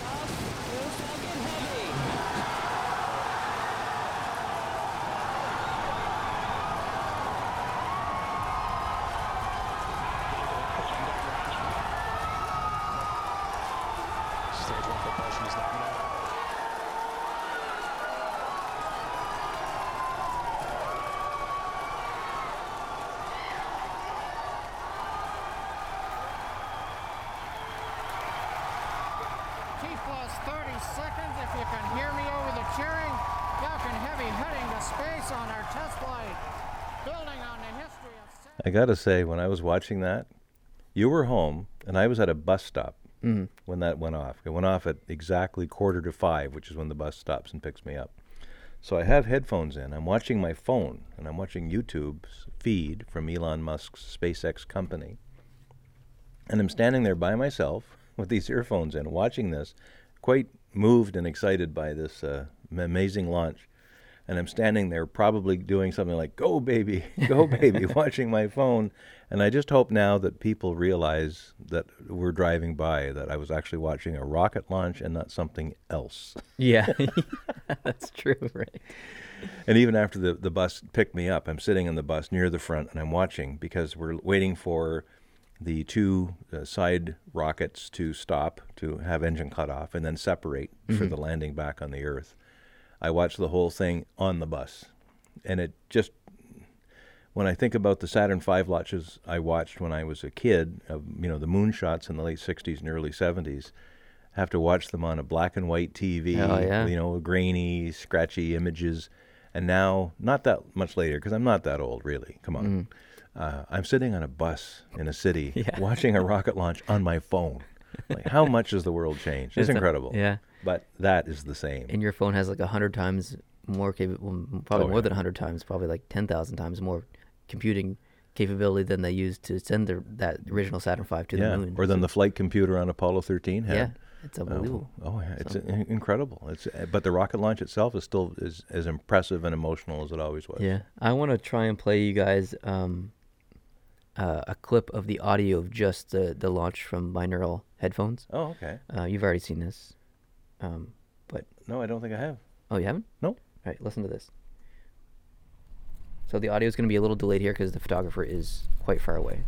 Speaker 5: Off with Falcon Heavy.
Speaker 3: Stage one propulsion is nominal.
Speaker 6: T plus 30 seconds. If you can hear me over the cheering, Falcon Heavy heading to space on our test flight, building on the history of.
Speaker 2: I gotta say, when I was watching that, you were home and I was at a bus stop when that went off. It went off at exactly quarter to five, which is when the bus stops and picks me up. So I have headphones in. I'm watching my phone and I'm watching YouTube's feed from Elon Musk's SpaceX company. And I'm standing there by myself with these earphones in, watching this, quite moved and excited by this uh, m- amazing launch. And I'm standing there, probably doing something like, go, baby, go, baby, watching my phone. And I just hope now that people realize that we're driving by, that I was actually watching a rocket launch and not something else.
Speaker 1: yeah, that's true, right?
Speaker 2: And even after the, the bus picked me up, I'm sitting in the bus near the front and I'm watching because we're waiting for the two uh, side rockets to stop, to have engine cut off, and then separate for the landing back on the Earth. I watched the whole thing on the bus. And it just, when I think about the Saturn V launches I watched when I was a kid, of, you know, the moonshots in the late 60s and early 70s, have to watch them on a black and white TV,
Speaker 1: Oh, yeah.
Speaker 2: you know, grainy, scratchy images. And now, not that much later, because I'm not that old, really. Come
Speaker 1: Mm.
Speaker 2: on. Uh, I'm sitting on a bus in a city watching a rocket launch on my phone. Like, how much has the world changed?
Speaker 1: It's
Speaker 2: It's,
Speaker 1: a-
Speaker 2: incredible.
Speaker 1: yeah.
Speaker 2: But that is the same.
Speaker 1: And your phone has like a hundred times more capable, probably
Speaker 2: Oh,
Speaker 1: more
Speaker 2: yeah.
Speaker 1: than a hundred times, probably like ten thousand times more computing capability than they used to send their, that original Saturn V to
Speaker 2: yeah.
Speaker 1: the moon.
Speaker 2: Or than the flight computer on Apollo 13 had.
Speaker 1: yeah, it's
Speaker 2: Oh,
Speaker 1: unbelievable.
Speaker 2: oh yeah, it's in- incredible. It's uh, but the rocket launch itself is still is as impressive and emotional as it always was.
Speaker 1: Yeah, I want to try and play you guys um, uh, a clip of the audio of just the, the launch from binaural headphones.
Speaker 2: Oh, okay.
Speaker 1: Uh, you've already seen this, um, but
Speaker 2: No, I don't think I have.
Speaker 1: oh, you haven't?
Speaker 2: No.
Speaker 1: All right, listen to this. So the audio is going to be a little delayed here because the photographer is quite far away.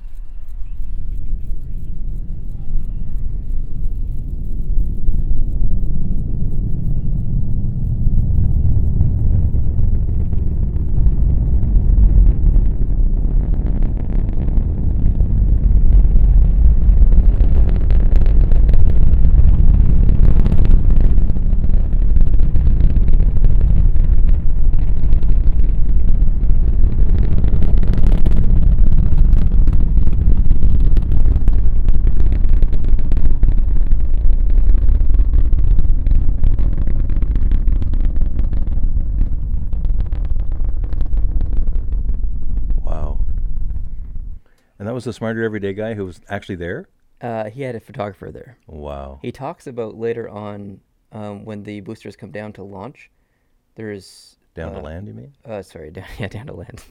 Speaker 2: Wow. And that was the smarter everyday guy who was actually there.
Speaker 1: Uh, he had a photographer there.
Speaker 2: Wow.
Speaker 1: He talks about later on um, when the boosters come down to launch. There's
Speaker 2: Down
Speaker 1: uh,
Speaker 2: to land, you mean?
Speaker 1: Uh, sorry, down yeah, down to land.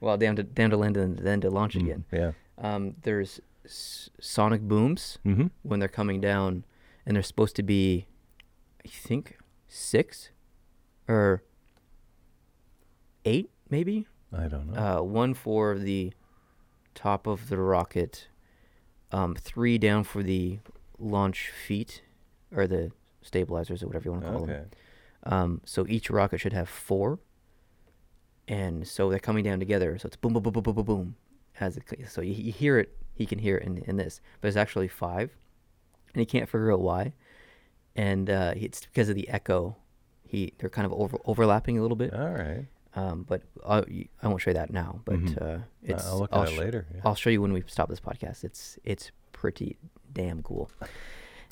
Speaker 1: well, down to down to land and then to
Speaker 2: Mm.
Speaker 1: launch again.
Speaker 2: Mm-hmm. Yeah.
Speaker 1: um, there's s- sonic booms
Speaker 2: Mm. Mm-hmm.
Speaker 1: when they're coming down, and they're supposed to be, I think, six or eight, maybe
Speaker 2: I don't know.
Speaker 1: uh, one for the top of the rocket, um, three down for the launch feet or the stabilizers or whatever you want to call
Speaker 2: okay.
Speaker 1: them. Um, so each rocket should have four, and so they're coming down together. So it's boom, boom, boom, boom, boom, boom, boom. As it, co- so you, you hear it, he can hear it in, in this, but it's actually five, and he can't figure out why, and uh, it's because of the echo. He they're kind of over, overlapping a little bit.
Speaker 2: All right.
Speaker 1: Um, but uh, y- I won't show you that now. But uh, it's
Speaker 2: Mm-hmm. I'll look at it
Speaker 1: sh-
Speaker 2: later, yeah.
Speaker 1: I'll show you when we stop this podcast. It's it's pretty damn cool.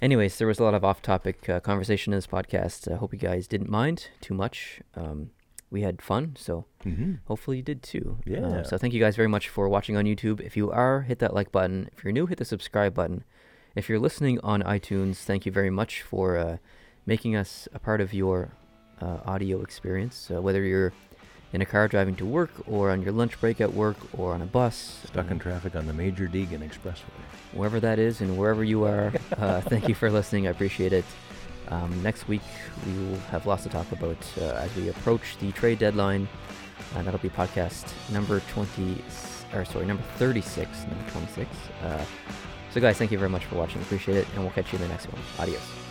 Speaker 1: Anyways, there was a lot of off-topic uh, conversation in this podcast. I hope you guys didn't mind too much. Um, we had fun, so hopefully you did too. Um,
Speaker 2: Yeah.
Speaker 1: so thank you guys very much for watching on YouTube. If you are, hit that like button. If you're new, hit the subscribe button. If you're listening on iTunes, thank you very much for uh, making us a part of your uh, audio experience. Uh, whether you're in a car driving to work, or on your lunch break at work, or on a bus,
Speaker 2: Stuck in traffic on the Major Deegan Expressway.
Speaker 1: wherever that is and wherever you are. Uh, thank you for listening. I appreciate it. Um, next week, we will have lots to talk about uh, as we approach the trade deadline. Uh, that'll be podcast number 20, or sorry, number 36, number 26. Uh, so, guys, thank you very much for watching. Appreciate it. And we'll catch you in the next one. Adios.